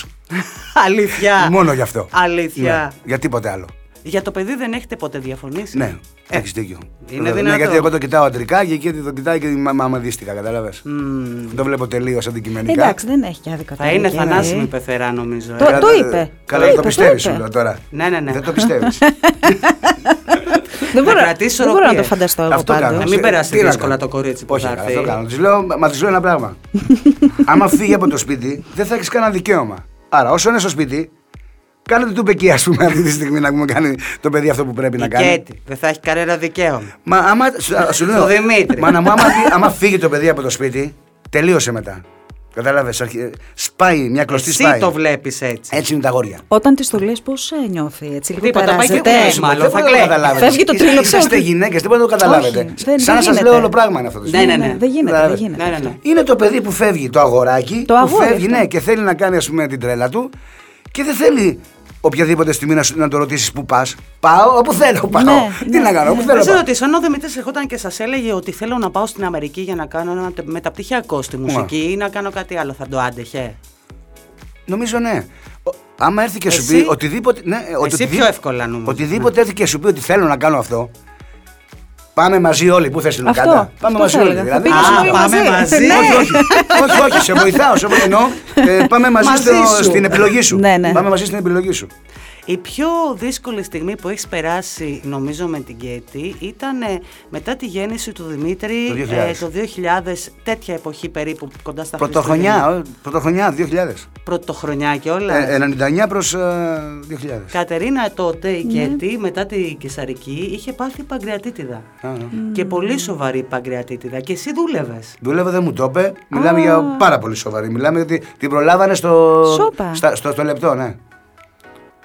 S1: Αλήθεια.
S2: Μόνο γι' αυτό.
S1: Αλήθεια.
S2: Ναι, για τίποτε άλλο.
S1: Για το παιδί δεν έχετε ποτέ διαφωνήσει.
S2: Ναι, έχεις δίκιο.
S1: είναι
S2: Ναι,
S1: δυνατό.
S2: γιατί εγώ το κοιτάω αντρικά και εκεί το κοιτάει και η μαμά μου αντίστοιχα, κατάλαβε.
S1: Ναι.
S2: Το βλέπω τελείως αντικειμενικά.
S3: Εντάξει, δεν έχει Ε, και άδικα.
S1: Θα είναι θανάσιμη πεθερά νομίζω. ε.
S3: Το-
S2: Καλά,
S3: είπε.
S2: Καλά,
S3: Το
S2: το,
S3: είπε,
S2: πιστεύει,
S3: το είπε.
S2: σου λέω τώρα.
S1: Ναι, ναι, ναι.
S2: Δεν το πιστεύεις.
S3: Δεν μπορώ,
S1: Να κρατήσει
S3: δεν μπορώ να το
S1: οροπίες.
S3: φανταστώ εγώ
S2: αυτό κάνω.
S3: πάντως.
S1: Να μην περάσει
S2: Τι να
S1: δύσκολα
S2: κάνω.
S1: το κορίτσι που
S2: Όχι,
S1: θα
S2: καλά,
S1: έρθει.
S2: αυτό κάνω. Τη λέω, μα τη λέω ένα πράγμα. Άμα φύγει από το σπίτι, δεν θα έχεις κανένα δικαίωμα. Άρα, όσο είναι στο σπίτι, κάνετε του πεκί, ας πούμε, αυτή τη στιγμή να πούμε κάνει το παιδί αυτό που πρέπει να
S1: Η
S2: κάνει.
S1: Κέτη δεν θα έχει κανένα δικαίωμα.
S2: Μα άμα. σου- α, Σου λέω.
S1: Το Δημήτρη.
S2: Μα να μου, άμα, φύ- άμα φύγει το παιδί από το σπίτι, τελείωσε μετά. Κατάλαβες. Σπάει, μια κλωστή
S1: Εσύ
S2: σπάει. Ε,
S1: το βλέπεις έτσι.
S2: Έτσι είναι τα γόρια.
S3: Όταν της το λες, πώς νιώθει έτσι, λίγο
S1: Τίποτα, πάει και
S3: ταράζεται.
S1: κουνιάζει. Ε, μάλλον,
S2: Δεν
S1: θα
S2: μπορείτε
S1: κλαίει.
S2: να καταλάβετε.
S3: Φεύγει το
S2: Είστε-
S3: τρίλο,
S2: Είστε
S3: ξέφυγε.
S2: γυναίκε, δεν μπορείτε να το καταλάβετε.
S3: Όχι, δεν-
S2: Σαν να
S3: δεν
S2: σας
S3: γίνεται.
S2: λέω όλο πράγμα είναι αυτό το
S1: Ναι,
S2: σημείο.
S1: ναι, ναι.
S3: Δεν γίνεται, δεν
S2: Δηλαδή,
S3: γίνεται.
S1: ναι, ναι, ναι.
S3: αυτό.
S2: Είναι το παιδί που φεύγει, το αγοράκι,
S3: Το
S2: που
S3: αγόρι
S2: φεύγει
S3: αυτό.
S2: ναι, και θέλει να κάνει ας πούμε, την τρέλα του και δεν θέλει οποιαδήποτε στιγμή να, σου- να το ρωτήσεις πού πας. Πάω όπου θέλω πάω.
S3: Ναι,
S2: Τι
S3: ναι,
S2: να κάνω, όπου
S1: Θα
S2: θέλω
S1: σε
S2: πάω.
S1: ρωτήσω, ενώ ο Δημήτρης ερχόταν και σας έλεγε ότι θέλω να πάω στην Αμερική για να κάνω ένα τε- μεταπτυχιακό στη μουσική ή να κάνω κάτι άλλο, θα το άντεχε.
S2: Νομίζω ναι. Ο- Άμα έρθει και σου
S1: Εσύ?
S2: πει οτιδήποτε. Ναι, ε,
S1: Εσύ
S2: οτιδήποτε-
S1: πιο εύκολα νομίζω.
S3: ναι.
S2: Οτιδήποτε έρθει και σου πει ότι θέλω να κάνω αυτό. Πάμε μαζί όλοι. Πού θες την
S3: Αυτό,
S2: Ουκάντα.
S3: αυτό
S2: Πάμε
S3: θα
S2: μαζί
S3: έλεγα.
S2: όλοι.
S3: Θα
S2: Δηλαδή.
S3: πήγαινε
S2: Α,
S1: όλοι
S2: πάμε-
S1: μαζί. Ναι.
S2: Όχι, όχι. όχι, όχι, σε βοηθάω. Σε βοηθάω. Εννοώ, ε, πάμε μαζί,
S1: Μαζί
S2: στο-
S1: σου.
S2: στην επιλογή σου.
S3: Ναι, ναι.
S2: Πάμε μαζί στην επιλογή σου.
S1: Η πιο δύσκολη στιγμή που έχεις περάσει, νομίζω, με την Κέτη ήταν ε, μετά τη γέννηση του Δημήτρη
S2: Το 2000.
S1: ε, το 2000, τέτοια εποχή περίπου, κοντά στα
S2: Πρωτοχρονιά,
S1: Χριστούγεννα.
S2: ε, πρωτοχρονιά 2000.
S1: Πρωτοχρονιά και όλα.
S2: Ε, 99 προ 2000.
S1: Κατερίνα τότε η Κέτη μετά τη Κεσαρική είχε πάθει παγκρεατίτιδα.
S2: Α, ναι.
S1: Και πολύ σοβαρή παγκρεατίτιδα. Και εσύ δούλευες.
S2: Δούλευε, δεν μου το είπε. Μιλάμε για πάρα πολύ σοβαρή. Μιλάμε ότι την προλάβανε στο,
S3: Σόπα.
S2: στα- στο, στο λεπτό, ναι.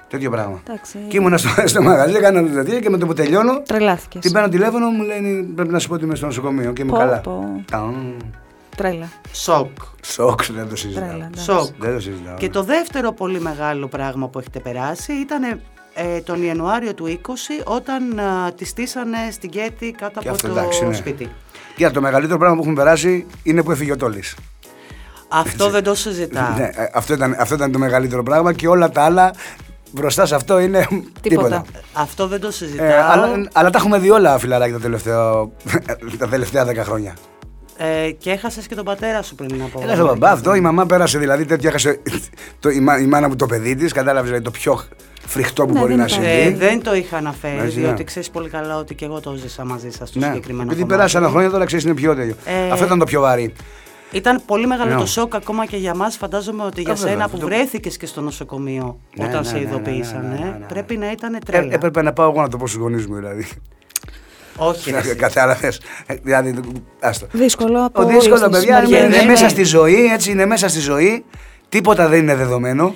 S2: Τέτοιο πράγμα.
S3: Εντάξει.
S2: Και ήμουνα στο, στο μαγαζί, έκανα το τέτοιο και με το που τελειώνω,
S3: Τρελάθηκες.
S2: την παίρνω τηλέφωνο, μου λέει πρέπει να σου πω ότι είμαι στο νοσοκομείο και είμαι
S3: Πω,
S2: καλά.
S3: πω.
S2: Ταουν.
S3: Τρέλα.
S1: Σοκ.
S2: Σοκ, δεν το συζητάω.
S3: Τρέλα. εντάξει.
S1: Σοκ.
S2: Δεν το συζητάω.
S1: Και το δεύτερο πολύ μεγάλο πράγμα που έχετε περάσει ήταν ε, τον Ιανουάριο του 20 όταν ε, τη στήσανε στην Κέτη κάτω
S2: Και
S1: από
S2: αυτό,
S1: το
S2: εντάξει, ναι.
S1: σπίτι.
S2: Κοίτα, το μεγαλύτερο πράγμα που έχουμε περάσει είναι που έφυγε ο Τόλης.
S1: Αυτό δεν το συζητάω.
S2: Ναι, ε, αυτό, ήταν, αυτό ήταν το μεγαλύτερο πράγμα και όλα τα άλλα μπροστά σε αυτό είναι τίποτα.
S1: Αυτό δεν το
S2: Ε,
S1: συζητάω.
S2: αλλά, αλλά τα έχουμε δει όλα φιλαράκι τα τελευταία, τα τελευταία 10 χρόνια.
S1: Ε, και έχασες και τον πατέρα σου πριν να πω.
S2: Έλα στον μπαμπά αυτό, η μαμά πέρασε δηλαδή τέτοια. Έχασε το, η, μα, η μάνα μου το παιδί της, κατάλαβες δηλαδή, το πιο φρικτό που
S3: Ναι,
S2: μπορεί
S3: δεν
S2: να
S3: υπάρχει.
S1: Ε,
S2: συμβεί.
S1: δεν το είχα αναφέρει,
S2: Μαζί, ναι.
S1: διότι ξέρεις πολύ καλά ότι και εγώ το ζήσα μαζί σας στο συγκεκριμένο
S2: επειδή
S1: κομμάτι.
S2: περάσανε χρόνια τώρα ξέρεις είναι πιο τέτοιο.
S1: Ε,
S2: Αυτό ήταν το πιο βαρύ. Ε,
S1: Ήταν πολύ μεγάλο
S2: Ναι.
S1: το σοκ ακόμα και για μας. Φαντάζομαι ότι για
S2: Ε, βέβαια,
S1: σένα
S2: αυτό
S1: που
S2: το-
S1: βρέθηκες και στο νοσοκομείο
S2: Ναι,
S1: όταν
S2: ναι,
S1: σε
S2: ναι, ναι, ναι, ναι,
S1: ειδοποίησαν,
S2: ναι, ναι, ναι.
S1: πρέπει να ήταν
S2: Ε,
S1: τρέλα.
S2: έπρεπε να πάω εγώ να το πω στους γονείς μου δηλαδή.
S1: Όχι. ρε,
S2: Ναι,
S1: εσύ.
S2: Κατάλαβε. Δηλαδή, άστο.
S3: Δύσκολο από
S2: Ο
S3: όλες
S2: δύσκολο,
S3: τις
S2: παιδιά, είναι,
S3: μεριές.
S2: είναι
S1: ναι, ναι.
S2: μέσα στη ζωή, έτσι είναι μέσα στη ζωή. Τίποτα δεν είναι δεδομένο.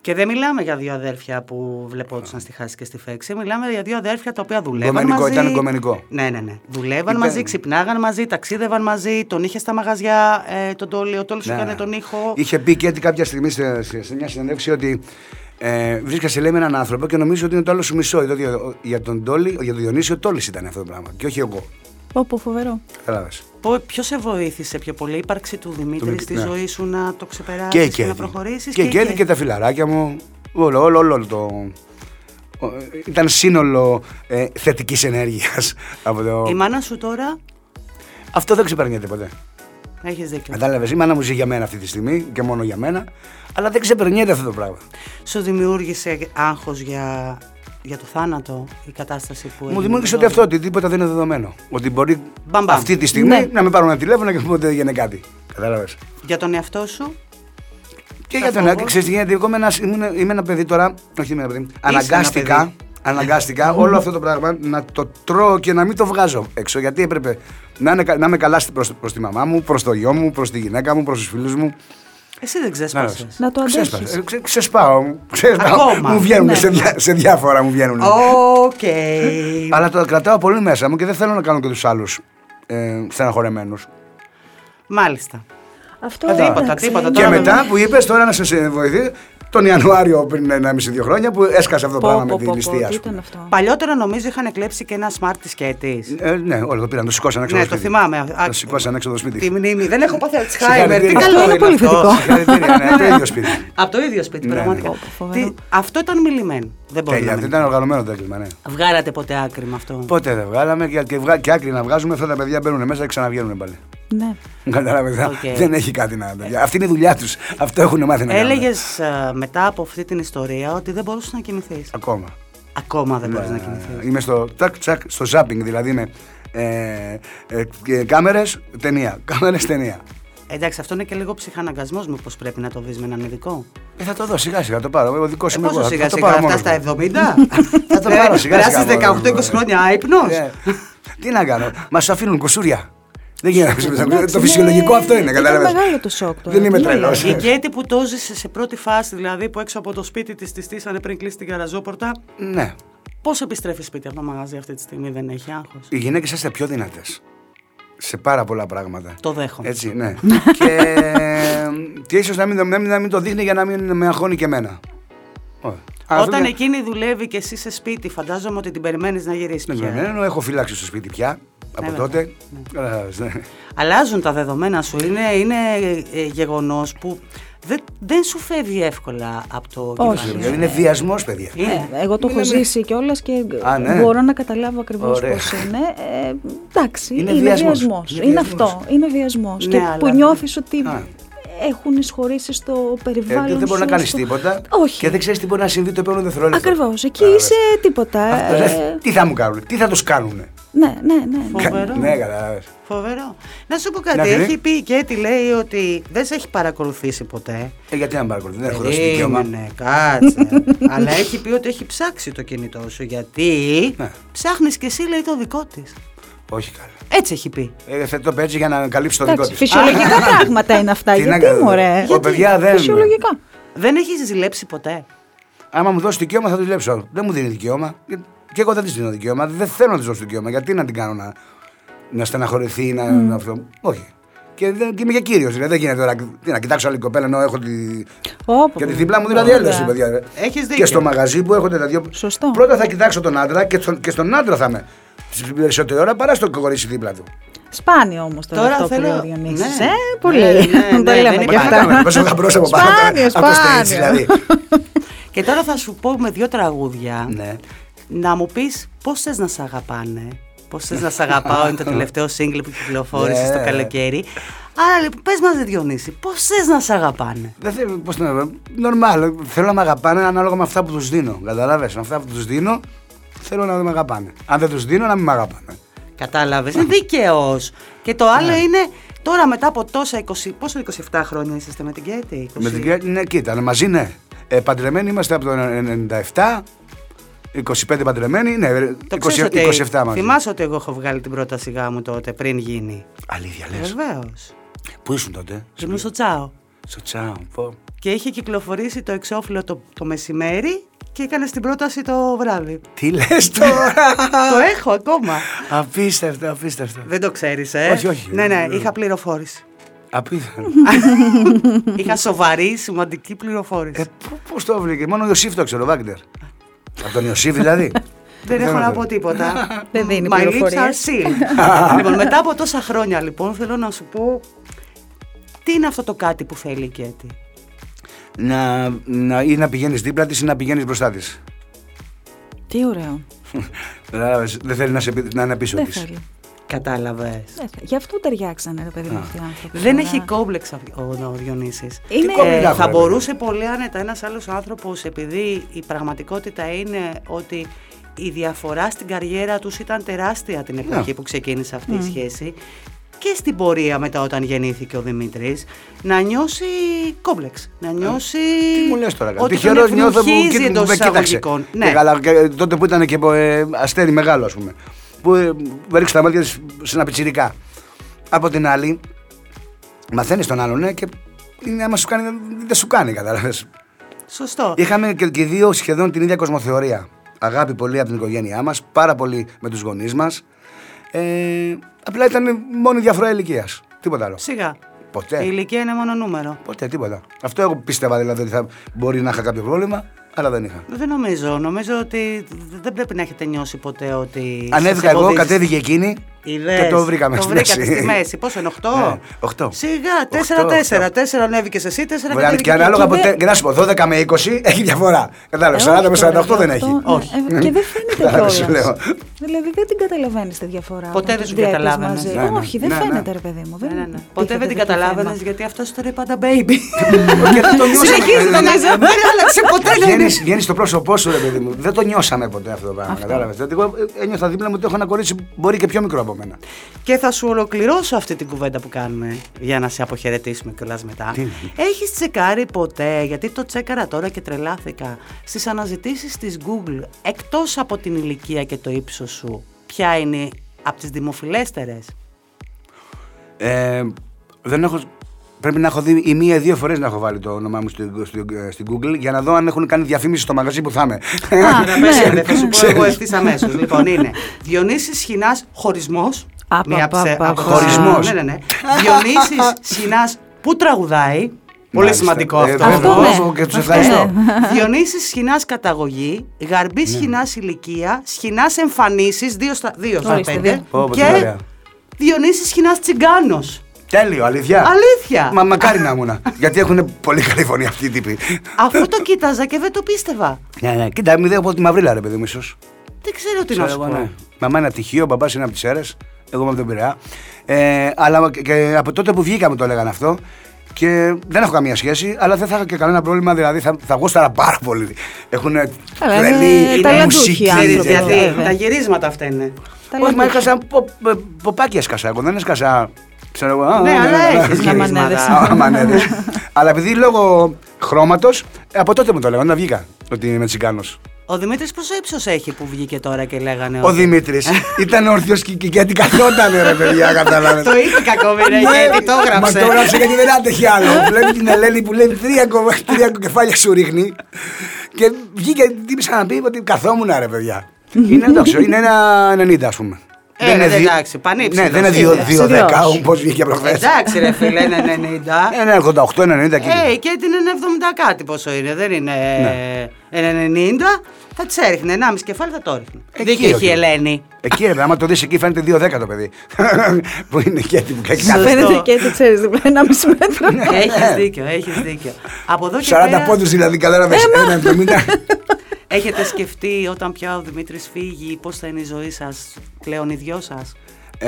S1: Και δεν μιλάμε για δύο αδέρφια που βλεπόντουσαν στη χάση και στη φέξη. Μιλάμε για δύο αδέρφια τα οποία δουλεύαν.
S2: Γκομενικό,
S1: μαζί.
S2: ήταν γκομενικό.
S1: Ναι, ναι, ναι. Δουλεύαν
S2: Ήταν-
S1: μαζί, ξυπνάγαν μαζί, ταξίδευαν μαζί, τον είχε στα μαγαζιά, ε, τον τόλι, ο τόλι σου
S2: Ναι.
S1: έκανε τον ήχο.
S2: Είχε πει και έτσι κάποια στιγμή σε, σε, σε μια συνέντευξη ότι ε, βρίσκεσαι λέει με έναν άνθρωπο και νομίζω ότι είναι το άλλο σου μισό. Διότι ο- για τον Τόλι, για τον Διονύσιο Τόλι ήταν αυτό το πράγμα. Και όχι εγώ.
S3: Πω, πω, φοβερό.
S2: Κατάλαβε.
S1: Ποιος σε βοήθησε πιο πολύ, η ύπαρξη του Δημήτρη
S2: Μικ-
S1: στη
S2: ναι.
S1: ζωή σου να το ξεπεράσεις
S2: Και
S1: και,
S2: και
S1: να προχωρήσεις.
S2: Και και και τα φιλαράκια μου. Όλο, όλο, όλο το. ο- ε, Ήταν σύνολο ε, θετικής ενέργειας. Το...
S1: Η μάνα σου τώρα
S2: Αυτό δεν ξεπερνιέται ποτέ.
S1: έχεις δίκιο.
S2: Κατάλαβε. Η μάνα μου ζει για μένα αυτή τη στιγμή και μόνο για μένα. Αλλά δεν ξεπερνιέται αυτό το πράγμα.
S1: Σου δημιούργησε άγχος για, για το θάνατο η κατάσταση που
S2: Μου
S1: έγινε
S2: δημιούργησε ότι
S1: τώρα.
S2: αυτό, ότι τίποτα δεν είναι δεδομένο. Ότι μπορεί
S1: Μπαμ, μπαμ.
S2: αυτή τη στιγμή
S3: Ναι.
S2: να με πάρουν ένα τηλέφωνο και να μου πούνε ότι δεν έγινε κάτι. Κατάλαβες.
S1: Για τον εαυτό σου
S2: Και για τον
S1: φόβο.
S2: Άκη, ξέρεις τι γίνεται. Εγώ είμαι ένας- ήμουν- είμαι ένα παιδί τώρα. Όχι, είμαι ένα παιδί.
S1: ένα
S2: Αναγκάστηκα,
S1: παιδί.
S2: αναγκάστηκα όλο αυτό το πράγμα να το τρώω και να μην το βγάζω έξω. Γιατί έπρεπε να, είναι, κα- να είμαι καλά προ τη μαμά μου, προς το γιο μου, προς τη γυναίκα μου, προς τους φίλους μου.
S1: εσύ δεν ξέσπασες.
S3: Να το αντέχεις.
S2: Ξέσπασα. Ε, ξε- Ξεσπάω. ξεσπάω.
S1: Ακόμα.
S2: Μου βγαίνουν
S3: Ναι.
S2: σε, διά- σε διάφορα. Μου βγαίνουν.
S1: Οκ.
S2: Αλλά το κρατάω πολύ μέσα μου και δεν θέλω να κάνω και τους άλλους ε, στεναχωρεμένους.
S1: Μάλιστα.
S3: Αυτό
S1: Τίποτα,
S3: εντάξει, Ναι.
S1: τίποτα,
S3: είναι-
S2: Και
S1: Τώρα
S2: μετά που είπες, τώρα να σε βοηθεί, τον Ιανουάριο πριν 1,5-2 χρόνια που έσκασε αυτό το
S3: Πω,
S2: πράγμα
S3: πω,
S2: με τη
S3: πω,
S2: ληστεία.
S3: πω,
S2: ας
S3: τι
S2: πούμε.
S3: ήταν αυτό.
S1: Παλιότερα νομίζω είχαν κλέψει και ένα smart της Κέτης.
S2: Ε, ναι, όλο το πήραν, το σηκώσαν έξω
S1: Ναι,
S2: από το
S1: το
S2: σπίτι.
S1: θυμάμαι. Α,
S2: Το σηκώσαν έξω από το
S1: Τη
S2: σπίτι.
S1: μνήμη. Δεν έχω πάθει Alzheimer.
S2: Συγχαρητήρια.
S1: Τι
S2: Αυτό
S1: καλό είναι
S3: είναι πολύ
S1: αυτό.
S3: θετικό.
S2: Συγχαρητήρια, ναι, το ίδιο σπίτι.
S1: Από το ίδιο σπίτι,
S2: Ναι, ναι.
S1: πραγματικά.
S3: Πω, πω, φοβερό.
S1: Τι- Αυτό ήταν μιλημένο. Δεν μπορεί
S2: Τέλεια,
S1: να
S2: δεν
S1: μην.
S2: ήταν οργανωμένο το έγκλημα, ναι.
S1: Βγάλατε ποτέ άκρη με αυτό.
S2: Πότε δεν βγάλαμε και, και, βγα- και άκρη να βγάζουμε, αυτά τα παιδιά μπαίνουν μέσα και ξαναβγαίνουν πάλι.
S3: Ναι.
S2: Καταλάβετε,
S1: Οκ.
S2: δεν έχει κάτι να.
S3: Ε.
S2: Αυτή είναι η δουλειά τους. Αυτό έχουν μάθει να κάνουν.
S1: Έλεγες ε, μετά από αυτή την ιστορία ότι δεν μπορούσες να κοιμηθείς.
S2: Ακόμα.
S1: Ακόμα δεν μπορείς να
S2: Ε,
S1: κοιμηθείς.
S2: Είμαι στο τσακ τσακ, στο ζάπινγκ, δηλαδή είναι ε, ε, κάμερες, ταινία. Κάμερες, ταινία.
S1: Εντάξει, αυτό είναι και λίγο ψυχαναγκασμός μου, πώ πρέπει να το δεις με έναν ειδικό.
S2: Ε, θα το δω σιγά σιγά, το πάρω. Ο δικό
S1: Ε,
S2: μου εγώ.
S1: πόσο
S2: θα-
S1: σιγά
S2: θα το
S1: σιγά,
S2: πάρω
S1: αυτά
S2: μόνος
S1: στα
S2: μου.
S1: 70.
S2: Θα το πάρω σιγά σιγά.
S1: Περάσει 18-20 χρόνια άϊπνος.
S2: Ε, Τι να κάνω, μας αφήνουν κοσούρια. Δεν γίνεται.
S3: Εντάξει,
S2: Το φυσιολογικό
S1: ναι.
S3: είναι-
S2: αυτό
S1: Ε,
S2: είναι,
S3: ήταν
S2: κατάλαβες.
S3: μεγάλο το σοκ τώρα,
S2: Δεν είμαι
S3: τι να
S2: τρελό.
S1: Η Κέτη που το ζησε σε πρώτη φάση, δηλαδή που έξω από το σπίτι της τη στήσανε πριν κλείσει την καραζόπορτα.
S2: Ναι.
S1: Πώς επιστρέφει σπίτι από το μαγαζί αυτή τη στιγμή, δεν έχει άγχος.
S2: Οι γυναίκες είστε πιο δυνατές. Σε πάρα πολλά πράγματα.
S1: Το δέχομαι.
S2: Έτσι, ναι. και ε, και ίσως να μην, το- να μην- να μην το δείχνει για να μην με αγχώνει και εμένα. Ωραία. Αυτό
S1: Όταν
S2: μια-
S1: εκείνη δουλεύει και εσύ σε σπίτι, φαντάζομαι ότι την περιμένεις να γυρίσεις
S2: Ναι,
S1: πια.
S2: ναι, ναι, έχω φυλάξει στο σπίτι πια από
S1: βέβαια.
S2: τότε. Κατάλαβες, ναι.
S1: Αλλάζουν τα δεδομένα σου. Είναι, είναι ε, γεγονός που δεν, δεν σου φεύγει εύκολα από το
S3: Όχι.
S1: κεφάλι.
S2: Είναι βιασμός, παιδιά.
S1: Είναι.
S3: Ε, Εγώ το έχω ζήσει κιόλας και
S2: Α, ναι.
S3: μπορώ να καταλάβω ακριβώς πώ
S2: Ωραία.
S3: είναι. Ε, εντάξει,
S2: Είναι
S3: είναι,
S2: βιασμός.
S3: βιασμός.
S2: Είναι
S3: Είναι,
S2: βιασμός.
S3: αυτό. Είναι βιασμός.
S1: Ναι,
S3: και
S1: αλλά-
S3: που νιώθεις ότι
S2: Α.
S3: έχουν εισχωρήσει στο
S2: Ε,
S3: περιβάλλον.
S2: δεν μπορεί να
S3: σου,
S2: κάνεις
S3: στο-
S2: τίποτα
S3: Όχι.
S2: και δεν ξέρεις τι μπορεί να συμβεί το επόμενο δευτερόλεπτο.
S3: Ακριβώς. Εκεί
S2: Κατάλαβες.
S3: είσαι τίποτα.
S2: Αυτό,
S3: Ε,
S2: λες, Τι θα μου κάνουν, τι θα τους κάνουν.
S3: ναι, ναι, ναι. ναι.
S1: Φοβερό.
S2: Ναι, κατάλαβε.
S1: Φοβερό. Να σου πω
S2: Να
S1: κάτι.
S2: δει.
S1: Έχει πει η Κέτη, λέει ότι δεν σε έχει παρακολουθήσει ποτέ.
S2: Ε, γιατί να μην παρακολουθείς, δεν έχω δώσει
S3: Ε,
S2: δικαίωμα.
S3: ναι.
S1: Περίμενε, κάτσε. Αλλά έχει πει ότι έχει ψάξει το κινητό σου γιατί
S2: Ναι.
S1: ψάχνεις και εσύ, λέει, το δικό της.
S2: Όχι καλά.
S1: Έτσι έχει πει.
S2: Ε, θα το παίζει για να καλύψει το δικό
S3: Εντάξει,
S2: της.
S3: φυσιολογικά πράγματα είναι αυτά.
S2: Τι να
S3: Γιατί
S2: κάνω,
S3: μου
S2: ρε.
S3: ρε.
S2: Ω, παιδιά, δεν-
S3: Φυσιολογικά.
S1: Δεν έχεις ζηλέψει ποτέ.
S2: Άμα μου δώσει δικαίωμα θα δουλέψω. Δεν μου δίνει δικαίωμα. Και- Και εγώ δεν της δίνω δικαίωμα. Δεν θέλω να της δώσω δικαίωμα. Γιατί να την κάνω να, να στεναχωρηθεί, να, να αυτό. Όχι. Και, δεν, και είμαι και κύριος. Δηλαδή δεν γίνεται τώρα τι, να κοιτάξω άλλη κοπέλα ενώ έχω τη.
S3: Ω, πω,
S2: Και τη
S3: πω,
S2: δίπλα μου
S3: πω,
S2: δηλαδή
S3: πω,
S2: έλεος,
S3: πω.
S2: παιδιά. ρε.
S1: Έχεις
S2: Και
S1: δίκιο.
S2: στο μαγαζί που έρχονται τα δύο.
S3: Σωστό.
S2: Πρώτα θα κοιτάξω τον άντρα και, στον- και στον άντρα θα είμαι. Στην περισσότερη ώρα παρά στο κορίτσι δίπλα του.
S3: Σπάνιο όμως τώρα,
S1: Τώρα
S3: αυτό
S1: θέλω-
S3: που λέει ο Διονύσης,
S1: ναι.
S3: Ε, πολύ.
S1: Ναι, ναι,
S3: Να
S1: ναι,
S3: τα
S1: δεν
S3: λέμε Ε, και
S1: υπάρχει
S3: αυτά.
S2: Πάμε, παίζω γαμπρός από πάνω.
S3: Σπάνιο,
S2: από το stage,
S3: σπάνιο.
S2: δηλαδή.
S1: Και τώρα θα σου πω με δύο τραγούδια
S2: ναι.
S1: να μου πεις πώς θες να σε αγαπάνε, Πώς θες να σε αγαπάω, είναι το τελευταίο single που κυκλοφόρησε
S2: Ναι.
S1: στο καλοκαίρι. Άρα λοιπόν, πες μας, Διονύση, πώς θες να σε αγαπάνε.
S2: Δεν θέλω, πώς το λέω, normal, θέλω να με αγαπάνε ανάλογα με αυτά που τους δίνω, καταλάβες, με αυτά που τους δίνω, θέλω να με αγαπάνε. Αν δεν τους δίνω, να μην με αγαπάνε.
S1: Κατάλαβες. Είναι
S2: Ναι.
S1: δίκαιος. Και το άλλο είναι τώρα μετά από τόσα 20. Πόσο 27 χρόνια είσαστε με την Κέτη, 20.
S2: Με την κυρία, ναι, κοίτα, μαζί ναι. Ε, παντρεμένοι είμαστε από το 97, 25 παντρεμένοι, ναι, ε,
S1: Το
S2: 20,
S1: ξέρεις ότι-
S2: 27 μαζί.
S1: Θυμάσαι ότι εγώ έχω βγάλει την πρόταση γάμου τότε πριν γίνει.
S2: Αλήθεια λες.
S1: Βεβαίως.
S2: Πού ήσουν τότε,
S1: Ήμουν στο τσάο.
S2: στο τσάο, πω.
S1: Και είχε κυκλοφορήσει το εξώφυλλο το, το μεσημέρι και έκανες την πρόταση το βράδυ.
S2: Τι λες τώρα.
S1: το έχω ακόμα.
S2: απίστευτο, απίστευτο.
S1: Δεν το ξέρεις, ε.
S2: Όχι, όχι.
S1: Ναι, ναι, είχα πληροφόρηση.
S2: Απίθανο.
S1: είχα σοβαρή, σημαντική πληροφόρηση.
S2: ε, Πώς το βρήκε, μόνο ο Ιωσήφ το ξέρω, ο Βάγκνερ. Από τον Ιωσήφ δηλαδή.
S1: Δεν έχω να πω τίποτα.
S3: Δεν δίνει
S1: My lips are
S3: πληροφορίες.
S1: sealed. λοιπόν, μετά από τόσα χρόνια, λοιπόν, θέλω να σου πω. Τι είναι αυτό το κάτι που θέλει η Κέτη.
S2: να, να, ή να πηγαίνεις δίπλα της ή να πηγαίνεις μπροστά της.
S3: Τι ωραίο.
S2: Κατάλαβες, δεν θέλει να, σε, πει- να είναι πίσω
S3: Δεν
S2: της.
S3: θέλει.
S1: Κατάλαβες.
S3: Δεν θέλει. Γι' αυτό ταιριάξανε, ρε παιδί μου, αυτοί οι άνθρωποι.
S1: Δεν
S3: τώρα.
S1: έχει κόμπλεξ αυ- ο, ο Διονύσης.
S3: Είναι-
S2: Ναι. κόμπλεξ
S1: Ε,
S2: έχουμε,
S1: θα
S2: ρε.
S1: μπορούσε πολύ άνετα ένας άλλος άνθρωπος επειδή η πραγματικότητα είναι ότι η διαφορά στην καριέρα τους ήταν τεράστια την εποχή
S2: Ναι.
S1: που ξεκίνησε αυτή η σχέση και στην πορεία μετά όταν γεννήθηκε ο Δημήτρης να νιώσει κόμπλεξ, να νιώσει
S2: Ναι. Τι μου λες τώρα, κάτι.
S1: ότι
S2: Τυχερός
S1: τον
S2: νιώθω που
S1: ευνοχίζει
S2: κοίτα-
S1: εντός
S2: με κοίταξε.
S1: εισαγωγικών. ναι.
S2: Και καλά, και τότε που ήταν και ε, αστέρι μεγάλο, ας πούμε. Που ε, έριξε τα μάτια της σε ένα πιτσιρικά. Από την άλλη, μαθαίνεις τον άλλον, ναι, και είναι άμα σου κάνει, δεν σου κάνει, κατάλαβες.
S1: Σωστό.
S2: Είχαμε και, και δύο σχεδόν την ίδια κοσμοθεωρία. Αγάπη πολύ από την οικογένειά μας, πάρα πολύ με τους γονείς μας. Ε, απλά ήταν μόνο η διαφορά ηλικίας. Τίποτα άλλο.
S1: Σιγά.
S2: Ποτέ.
S1: Η ηλικία είναι μόνο νούμερο.
S2: Ποτέ, τίποτα. Αυτό εγώ πίστευα δηλαδή ότι θα μπορεί να είχα κάποιο πρόβλημα, αλλά δεν είχα.
S1: Δεν νομίζω. Νομίζω ότι δεν πρέπει να έχετε νιώσει ποτέ ότι. σας
S2: Ανέβηκα εγώ,
S1: εμποδίζει.
S2: κατέβηκε εκείνη
S1: Είδες,
S2: και το βρήκαμε
S1: Το
S2: στη
S1: βρήκατε
S2: μέση.
S1: στη μέση. Πόσο είναι, 8?
S2: Ναι, οκτώ.
S1: Σιγά,
S2: Οκτώ,
S1: 4-4. 4 ανέβηκε εσύ, 4
S2: Βρε,
S1: κατέβηκε.
S2: και ανάλογα
S1: εκεί.
S2: από. τε- Και να σου πω, 12 με 20 έχει διαφορά. Κατάλαβες.
S3: Ε,
S2: 40
S3: όχι
S2: με
S3: τώρα,
S2: 48 δεν
S3: αυτό,
S2: έχει.
S3: ναι. Ε, Και δεν φαίνεται
S2: Άρα, σου
S3: κιόλας.
S2: λέω.
S3: Δηλαδή δεν την καταλαβαίνεις τη διαφορά.
S1: Ποτέ δεν
S3: όταν τους
S1: σου
S3: βλέπεις
S1: καταλάβαινες.
S3: μαζί.
S2: Ναι, ναι.
S3: Όχι, δεν
S2: Ναι, ναι.
S3: φαίνεται, ρε παιδί μου.
S1: Ναι, ναι, ναι.
S3: Δεν
S1: Ποτέ δεν την καταλάβαινες γιατί αυτό τώρα είναι πάντα baby.
S2: Γιατί το νιώσαμε.
S1: Συνεχίζει να νιώζει. Δεν άλλαξε ποτέ. δεν είναι.
S2: Βγαίνεις- Βγαίνεις στο πρόσωπό σου, ρε παιδί μου. Δεν το νιώσαμε ποτέ αυτό το πράγμα. Κατάλαβε. Δηλαδή, εγώ ε, ένιωθα δίπλα μου ότι έχω ένα κορίτσι που μπορεί και πιο μικρό από μένα.
S1: Και θα σου ολοκληρώσω αυτή την κουβέντα που κάνουμε για να σε αποχαιρετήσουμε κιόλας μετά.
S2: Τι είναι?
S1: Έχεις τσεκάρει ποτέ, γιατί το τσέκαρα τώρα και τρελάθηκα, στις αναζητήσεις της Google, εκτός από την ηλικία και το ύψος σου, ποια είναι από τις δημοφιλέστερες.
S2: Ε, δεν έχω, πρέπει να έχω δει ή μία ή δύο φορές να έχω βάλει το όνομά μου στο, στο, στην Google για να δω αν έχουν κάνει διαφήμιση στο μαγαζί που θα είμαι.
S1: Ναι, θα σου πω εγώ ευθύς αμέσως. λοιπόν, είναι Διονύσης Σχοινάς Χωρισμός.
S3: Α, πα, πα, πα, πα.
S2: Χωρισμός.
S1: Ναι, ναι, ναι. Διονύσης Σχοινάς που τραγουδάει. Πολύ
S2: Μάλιστα.
S1: σημαντικό
S2: Ε,
S1: αυτό.
S2: το
S3: Αυτό
S2: ευχαριστώ
S3: ναι.
S2: και τους
S3: Αυτό
S2: ευχαριστώ.
S3: ναι.
S1: Διονύσης σχοινάς καταγωγή, γαρμπής
S2: Ναι.
S1: σχοινάς ηλικία, σχοινάς εμφανίσεις, 2 στα, δύο στα
S3: Ορίστε,
S1: πέντε.
S3: δύο.
S2: Πω, πω, τι
S1: και
S2: ωραία.
S1: Διονύσης σχοινάς τσιγκάνος.
S2: Τέλειο, αλήθεια.
S1: Αλήθεια.
S2: Μα μακάρι να ήμουν. γιατί έχουν πολύ καλή φωνή αυτοί οι τύποι.
S1: Αφού το κοίταζα και δεν το πίστευα.
S2: ναι, ναι. Κοίτα, μην από τη μαυρίλα, ρε παιδί μου, ίσως.
S1: Δεν ξέρω τι να σου
S2: ναι.
S1: πω.
S2: Μαμά είναι από τη Χίο, ο μπαμπάς είναι από τις Σέρε. Εγώ είμαι από τον Πειραιά. Ε, αλλά και- και από τότε που βγήκαμε το έλεγαν αυτό. Και δεν έχω καμία σχέση, αλλά δεν θα είχα και κανένα πρόβλημα. Δηλαδή θα, θα γούσταρα πάρα πολύ. Έχουν
S3: Καλά, είναι
S2: τρελή
S3: ταλαντούχοι
S2: μουσική.
S1: Ξέρεις
S3: άνθρωποι,
S2: τέτοια.
S1: γιατί
S3: βέβαια.
S1: τα γυρίσματα αυτά είναι.
S2: Όχι, μα έκασα. πο- πο- Ποπάκι έσκασα. Εγώ δεν έσκασα. Ξέρω εγώ. α,
S1: Ναι,
S2: α,
S1: αλλά
S2: α, α,
S1: έχει
S2: α,
S3: Να μανέδεσαι.
S1: γυρίσματα.
S2: Α, άμα ναι, ναι. Αλλά επειδή λόγω χρώματος, από τότε μου το λέγανε, όταν βγήκα ότι είμαι τσιγκάνος.
S1: Ο Δημήτρης πόσο ύψος έχει που βγήκε τώρα και λέγανε.
S2: Ο
S1: ότι-
S2: Δημήτρης ήταν όρθιος και και γιατί καθόταν, ρε παιδιά, καταλάβετε.
S1: Το είπε κακομοίρα γιατί το
S2: Ναι. Μα
S1: έγραψε.
S2: το έγραψε γιατί δεν άντεχε άλλο. Βλέπει την Ελένη που λέει τρία, κο- τρία κεφάλια σου ρίχνει. Και βγήκε την να πει ότι καθόμουν, ρε παιδιά. Είναι εντάξει, είναι ένα 90 ας πούμε.
S1: Ε, ρε,
S2: δι-
S1: εντάξει, πανύψηλος,
S2: Ναι, δεν είναι
S1: σίγουρα.
S2: 2-10 όπως βγήκε προχθές. Ε, ναι,
S1: Εντάξει, ρε φίλε, είναι 90.
S2: Ένα 88, ένα 90 και.
S1: Ε, η Κέιτ είναι 70 κάτι πόσο είναι, δεν είναι
S2: Ναι.
S1: ε, 90. Θα τη έριχνε, 1,5 κεφάλι θα το έριχνε.
S2: Εκεί,
S1: Δίκιο έχει η
S2: όχι.
S1: Ελένη.
S2: Εκεί, ρε, άμα το δεις εκεί φαίνεται 2-10 το παιδί. που είναι και έτοιμο και έχει
S1: Σωστό.
S2: κάθε-
S3: Φαίνεται και έτσι, ξέρεις, ένα μισό μέτρο.
S2: Ναι.
S1: έχεις δίκιο, έχεις δίκιο. Από εδώ και
S2: 40
S1: πέρα Ε,
S2: πόντους δηλαδή, κατάλαβε. Ένα 70.
S1: έχετε σκεφτεί όταν πια ο Δημήτρης φύγει πώς θα είναι η ζωή σας πλέον οι δυο σας.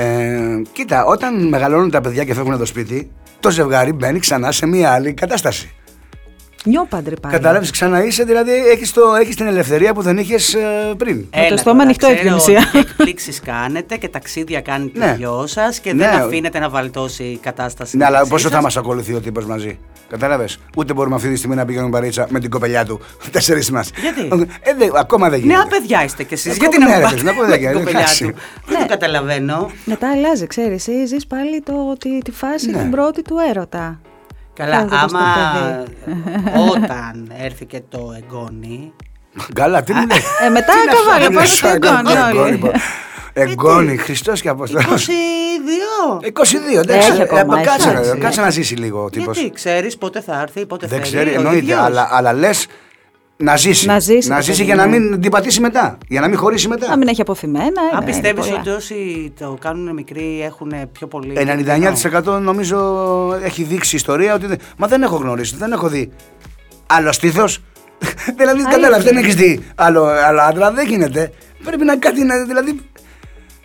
S2: Ε, κοίτα, όταν μεγαλώνουν τα παιδιά και φεύγουν από το σπίτι, το ζευγάρι μπαίνει ξανά σε μια άλλη κατάσταση.
S3: Νιώπαντρε πάλι.
S2: Καταλάβεις, ξανά είσαι, δηλαδή έχεις έχεις την ελευθερία που δεν είχες πριν.
S3: το στόμα ανοιχτό έχει την ουσία.
S1: Εκπλήξεις κάνετε και ταξίδια κάνετε
S2: Ναι.
S1: ναι. δυο σας και
S2: Ναι.
S1: δεν αφήνετε να βαλτώσει η κατάσταση.
S2: Ναι, αλλά
S1: μεταξύ
S2: πόσο θα
S1: σας.
S2: μας ακολουθεί ο τύπος μαζί. Κατάλαβες. Ούτε μπορούμε αυτή τη στιγμή να πηγαίνουμε παρίτσα με την κοπελιά του. Τέσσερις μας.
S1: Γιατί?
S2: Ε, δε, ακόμα δεν γίνεται.
S1: Νέα παιδιά είστε κι εσείς.
S2: Ακόμα
S1: Γιατί να
S2: ναι,
S1: μην
S2: ρε,
S1: πάτε
S2: θες να Ναι. πω,
S1: με
S2: δεν
S1: την
S2: κάνει,
S1: κοπελιά
S2: εντάξει.
S1: του. Δεν το καταλαβαίνω.
S3: Μετά αλλάζει, ξέρεις. Εσύ ζεις πάλι το, τη, τη φάση
S2: Ναι.
S3: την πρώτη του έρωτα.
S1: Καλά,
S3: Πώς δεν το
S1: άμα
S3: σκεφτείτε.
S1: όταν έρθει και το εγγόνι,
S2: Καλά, τι ναι, μου λέει.
S3: Ε, μετά καβάλα,
S2: Καλά,
S3: πάνω στο εγγόνι όλοι.
S2: ναι. Εγγόνι, Χριστός και Απόστολος.
S1: 22.
S2: 22, εντάξει.
S3: Έχει
S2: ε,
S3: ακόμα,
S2: μα
S3: έχει,
S2: Κάτσε, ρε,
S3: εντάξει.
S2: κάτσε να ζήσει λίγο ο τύπος.
S1: Γιατί ξέρεις πότε θα έρθει, πότε
S2: Δεν
S1: θα
S2: ξέρει,
S1: ο
S2: εννοείται.
S1: ίδιος.
S2: Αλλά, αλλά λες να ζήσει.
S3: Να ζήσει το παιδί,
S2: για να
S3: ναι.
S2: μην την πατήσει μετά. Για να μην χωρίσει
S3: Να
S2: μετά.
S3: μην έχει αποφημένα. ε, ναι,
S1: Αν
S3: είναι
S1: πιστεύεις
S3: πολλά.
S1: ότι όσοι το κάνουν μικροί έχουν πιο
S2: Ε,
S1: πολύ.
S2: 99% νομίζω έχει δείξει η ιστορία ότι. δεν- Μα δεν έχω γνωρίσει, δεν έχω δει άλλο στήθος. δηλαδή,
S3: Αλήθεια.
S2: κατάλαβες, δεν έχεις δει άλλο, άλλο άντρα, δεν γίνεται. Πρέπει να κάτι να. Δηλαδή,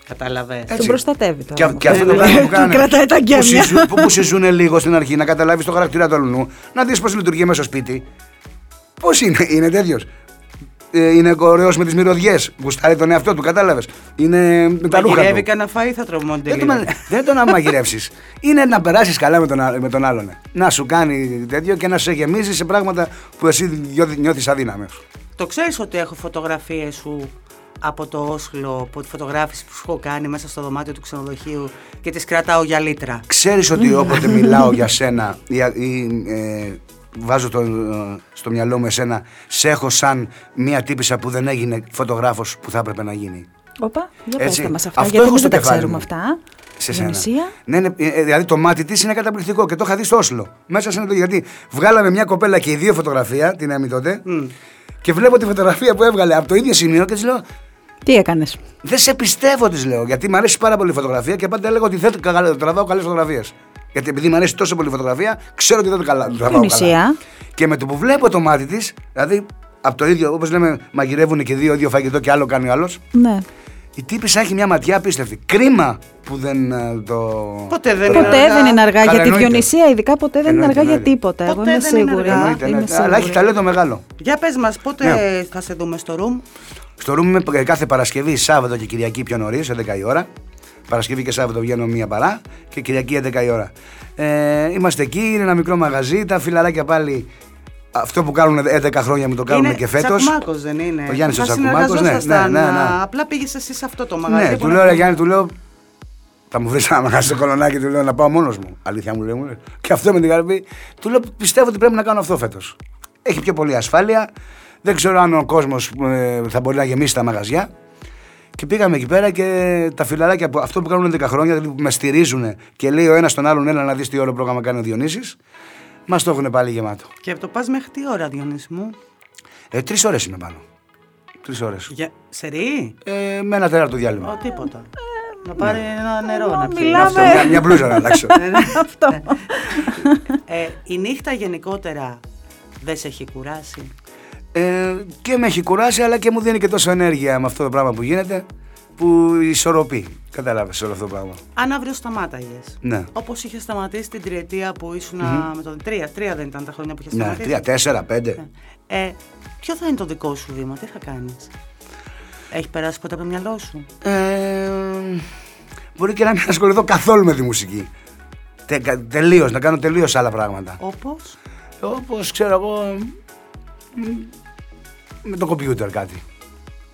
S1: Κατάλαβε.
S2: Έτσι.
S3: προστατεύει τώρα.
S2: Και, και αυτό το
S1: Βέβαια.
S2: πράγμα που
S3: Του
S2: κάνανε.
S3: κρατάει τα
S2: που,
S3: γκέμια.
S2: συζου- που, που συζούνε λίγο στην αρχή, να καταλάβεις το χαρακτήρα του αλλού, να δεις πώς λειτουργεί μέσα στο σπίτι. Πώς είναι, είναι τέτοιος. Είναι ωραίος με τις μυρωδιές. Γουστάρει τον εαυτό του, κατάλαβες. Είναι με τα ρούχα
S1: Μαγειρεύει
S2: του.
S1: κανένα φαΐ, θα τρομώνει
S2: Δεν, το,
S1: τελείως.
S2: δεν το να μαγειρεύσεις. Είναι να περάσεις καλά με τον, α- με τον άλλον. Να σου κάνει τέτοιο και να σε γεμίζει σε πράγματα που εσύ νιώθεις αδύναμη.
S1: Το ξέρεις ότι έχω φωτογραφίες σου από το Όσλο, από τη φωτογράφηση που σου έχω κάνει μέσα στο δωμάτιο του ξενοδοχείου και τις κρατάω για λίτρα.
S2: Ξέρεις ότι όποτε μιλάω για σένα ή, α- ή, ε, βάζω το, ε, στο μυαλό μου εσένα, σε έχω σαν μία τύπησα που δεν έγινε φωτογράφος που θα έπρεπε να γίνει.
S3: Όπα, για
S2: Έτσι.
S3: πέστε μας αυτά,
S2: Αυτό
S3: γιατί
S2: έχω
S3: εμείς
S2: στο
S3: δεν τα
S2: κεφάλι μου.
S3: ξέρουμε αυτά.
S2: Σε
S3: Διονυσία.
S2: Ναι, ναι, ε, ε, δηλαδή το μάτι της είναι καταπληκτικό και το είχα δει στο Όσλο. Μέσα σε ένα το γιατί βγάλαμε μια κοπέλα και οι δύο φωτογραφία, την Έμι τότε, και βλέπω τη φωτογραφία που έβγαλε από το ίδιο σημείο και της λέω
S3: Τι έκανες.
S2: Δεν σε πιστεύω, της λέω. Γιατί μου αρέσει πάρα πολύ η φωτογραφία και πάντα έλεγα ότι δεν κα- τραβάω καλές φωτογραφίες. Γιατί επειδή μου αρέσει τόσο πολύ η φωτογραφία, ξέρω ότι δεν το καλά, το τραβάω καλά.
S3: Διονυσία.
S2: Και με το που βλέπω το μάτι της, δηλαδή από το ίδιο, όπως λέμε, μαγειρεύουν και δύο ίδιο φαγητό και άλλο κάνει ο άλλος.
S3: Ναι.
S2: Η τύπησα έχει μια ματιά απίστευτη. Κρίμα που δεν ε, το.
S1: Ποτέ δεν
S2: το-
S1: είναι
S3: Ποτέ
S1: αργά.
S3: δεν είναι αργά
S2: Καλά,
S3: για τη
S2: εννοείται.
S3: Διονυσία, ειδικά ποτέ δεν είναι
S2: Εννοείται,
S3: αργά για
S2: εννοείται.
S3: τίποτα. Εγώ
S1: Ποτέ
S3: είμαι
S1: δεν είναι
S3: σίγουρη.
S1: αργά.
S2: Εννοείται,
S3: Είμαι
S2: ναι. Αλλά έχει
S3: σίγουρη.
S2: ταλέντο μεγάλο.
S1: Για πες μας, πότε
S2: Ναι.
S1: θα σε δούμε στο room.
S2: Στο room είμαι κάθε Παρασκευή, Σάββατο και Κυριακή πιο νωρίς, 11 η ώρα. Παρασκευή και Σάββατο βγαίνω μία παρά και Κυριακή 11 η ώρα. Ε, είμαστε εκεί, είναι ένα μικρό μαγαζί, τα φιλαράκια πάλι αυτό που κάνουν 11 χρόνια μου το κάνουν
S1: είναι
S2: και φέτος.
S1: Τσακουμάκος δεν είναι.
S2: Ο Γιάννης
S1: Θα
S2: ο Τσακουμάκος, ναι,
S1: συνεργαζόσασταν,
S2: ναι, ναι, ναι.
S1: α, Απλά πήγες εσύ σε αυτό το μαγαζί.
S2: Ναι,
S1: που
S2: του
S1: να-
S2: λέω, ρε Γιάννη, του λέω. Θα μου βρεις ένα μαγαζί στο κολονάκι, του λέω να πάω μόνος μου. Αλήθεια μου λέει, μου λέει. Και αυτό με την καρπή. Του λέω, πιστεύω ότι πρέπει να κάνω αυτό φέτος. Έχει πιο πολύ ασφάλεια. Δεν ξέρω αν ο κόσμος θα μπορεί να γεμίσει τα μαγαζιά. Και πήγαμε εκεί πέρα και τα φιλαράκια, που, αυτό που κάνουν 10 χρόνια, δηλαδή που με στηρίζουν και λέει ο ένας τον άλλον, έλα να δεις τι όλο πρόγραμμα κάνει ο Διονύσης, μας το έχουν πάλι γεμάτο.
S1: Και το πας μέχρι τι ώρα, Διονύση μου.
S2: Ε, Τρεις ώρες είναι πάνω. Τρεις ώρες.
S1: Για... Σε ρί.
S2: Ε, με ένα τέταρτο διάλειμμα.
S1: Ο, τίποτα. να πάρει
S2: Ναι.
S1: ένα νερό να πιει.
S3: μιλάμε.
S2: Αυτό, μια, μια μπλούζα να αλλάξω.
S3: Αυτό.
S1: Ε, η νύχτα γενικότερα δεν σε έχει κουράσει.
S2: Ε, και με έχει κουράσει, αλλά και μου δίνει και τόσο ενέργεια με αυτό το πράγμα που γίνεται, που ισορροπεί. Κατάλαβες όλο αυτό το πράγμα.
S1: Αν αύριο σταμάταγε.
S2: Ναι.
S1: Όπως είχε σταματήσει την τριετία που ήσουν με τον. Τρία, τρία δεν ήταν τα χρόνια που είχε
S2: Ναι,
S1: σταματήσει.
S2: τρία, τέσσερα, πέντε.
S1: Ε, ποιο θα είναι το δικό σου βήμα, τι θα κάνεις. Έχει περάσει ποτέ από το μυαλό σου.
S2: Ε, μπορεί και να μην ασχοληθώ καθόλου με τη μουσική. Τε, τελείως, να κάνω τελείως άλλα πράγματα.
S1: Όπως.
S2: Όπως ξέρω εγώ. μ, Με το κομπιούτερ κάτι.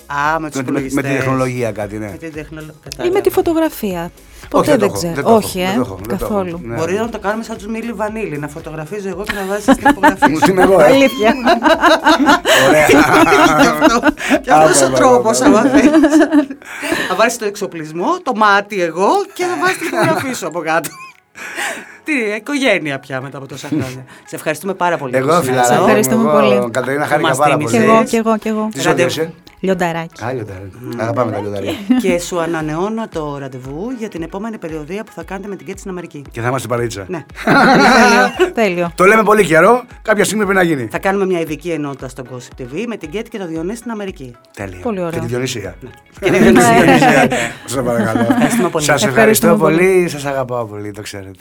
S1: Α, με τους
S2: Με, τη- με- με τη τεχνολογία κάτι, ναι.
S1: Με την τεχνολογία.
S3: Ή με
S1: κατάλαβα.
S3: τη φωτογραφία.
S2: Όχι,
S3: Ποτέ
S2: δεν το
S3: δεν
S2: έχω, δεν
S3: ξέρω.
S2: το έχω,
S3: Όχι,
S2: δεν
S3: ε,
S2: το έχω, δεν το έχω.
S3: καθόλου.
S2: Ναι.
S1: Μπορεί να το κάνουμε σαν τους Μίλι Βανίλη, να φωτογραφίζω εγώ και να βάζεις την υπογραφή
S2: Μου
S1: σου.
S2: είμαι εγώ, ε.
S3: Αλήθεια.
S2: Ωραία.
S1: Και αυτός ο
S2: Άπα,
S1: τρόπο
S2: άπα,
S1: θα βάλει. Θα βάλει το εξοπλισμό, το μάτι εγώ και θα βάλει την υπογραφή σου από κάτω. Τι, οικογένεια πια μετά από τόσα χρόνια. Σε ευχαριστούμε πάρα πολύ.
S2: Εγώ,
S1: Χριστίνα.
S2: φιλαράκι. μου,
S3: ευχαριστούμε
S2: εγώ,
S3: πολύ.
S2: Κατερίνα,
S1: Που
S2: χάρηκα
S1: μας
S2: πάρα
S1: θύμισες.
S2: πολύ.
S3: Κι εγώ, κι εγώ, κι εγώ.
S2: Τι σου
S1: Ραντεβού.
S2: άρεσε?
S3: λιονταράκι.
S2: Α, λιονταράκι. Αγαπάμε τα λιονταράκια.
S1: και σου ανανεώνω το ραντεβού για την επόμενη περιοδία που θα κάνετε με την Κέτ στην Αμερική.
S2: Και θα είμαστε παρέτσα.
S1: Ναι.
S3: Τέλειο, Τέλειο.
S2: Το λέμε πολύ καιρό. Κάποια στιγμή πρέπει να γίνει.
S1: θα κάνουμε μια ειδική ενότητα στο Gossip TV με την Κέτ και το Διονύση στην Αμερική.
S2: Τέλεια.
S3: Πολύ ωραίο.
S2: Και τη Διονυσία.
S1: Και τη Διονυσία.
S2: Σα παρακαλώ.
S1: Ευχαριστούμε πολύ.
S2: Σας ευχαριστώ
S3: Ευχαριστούμε
S2: πολύ. Σας αγαπάω πολύ, το ξέρετε.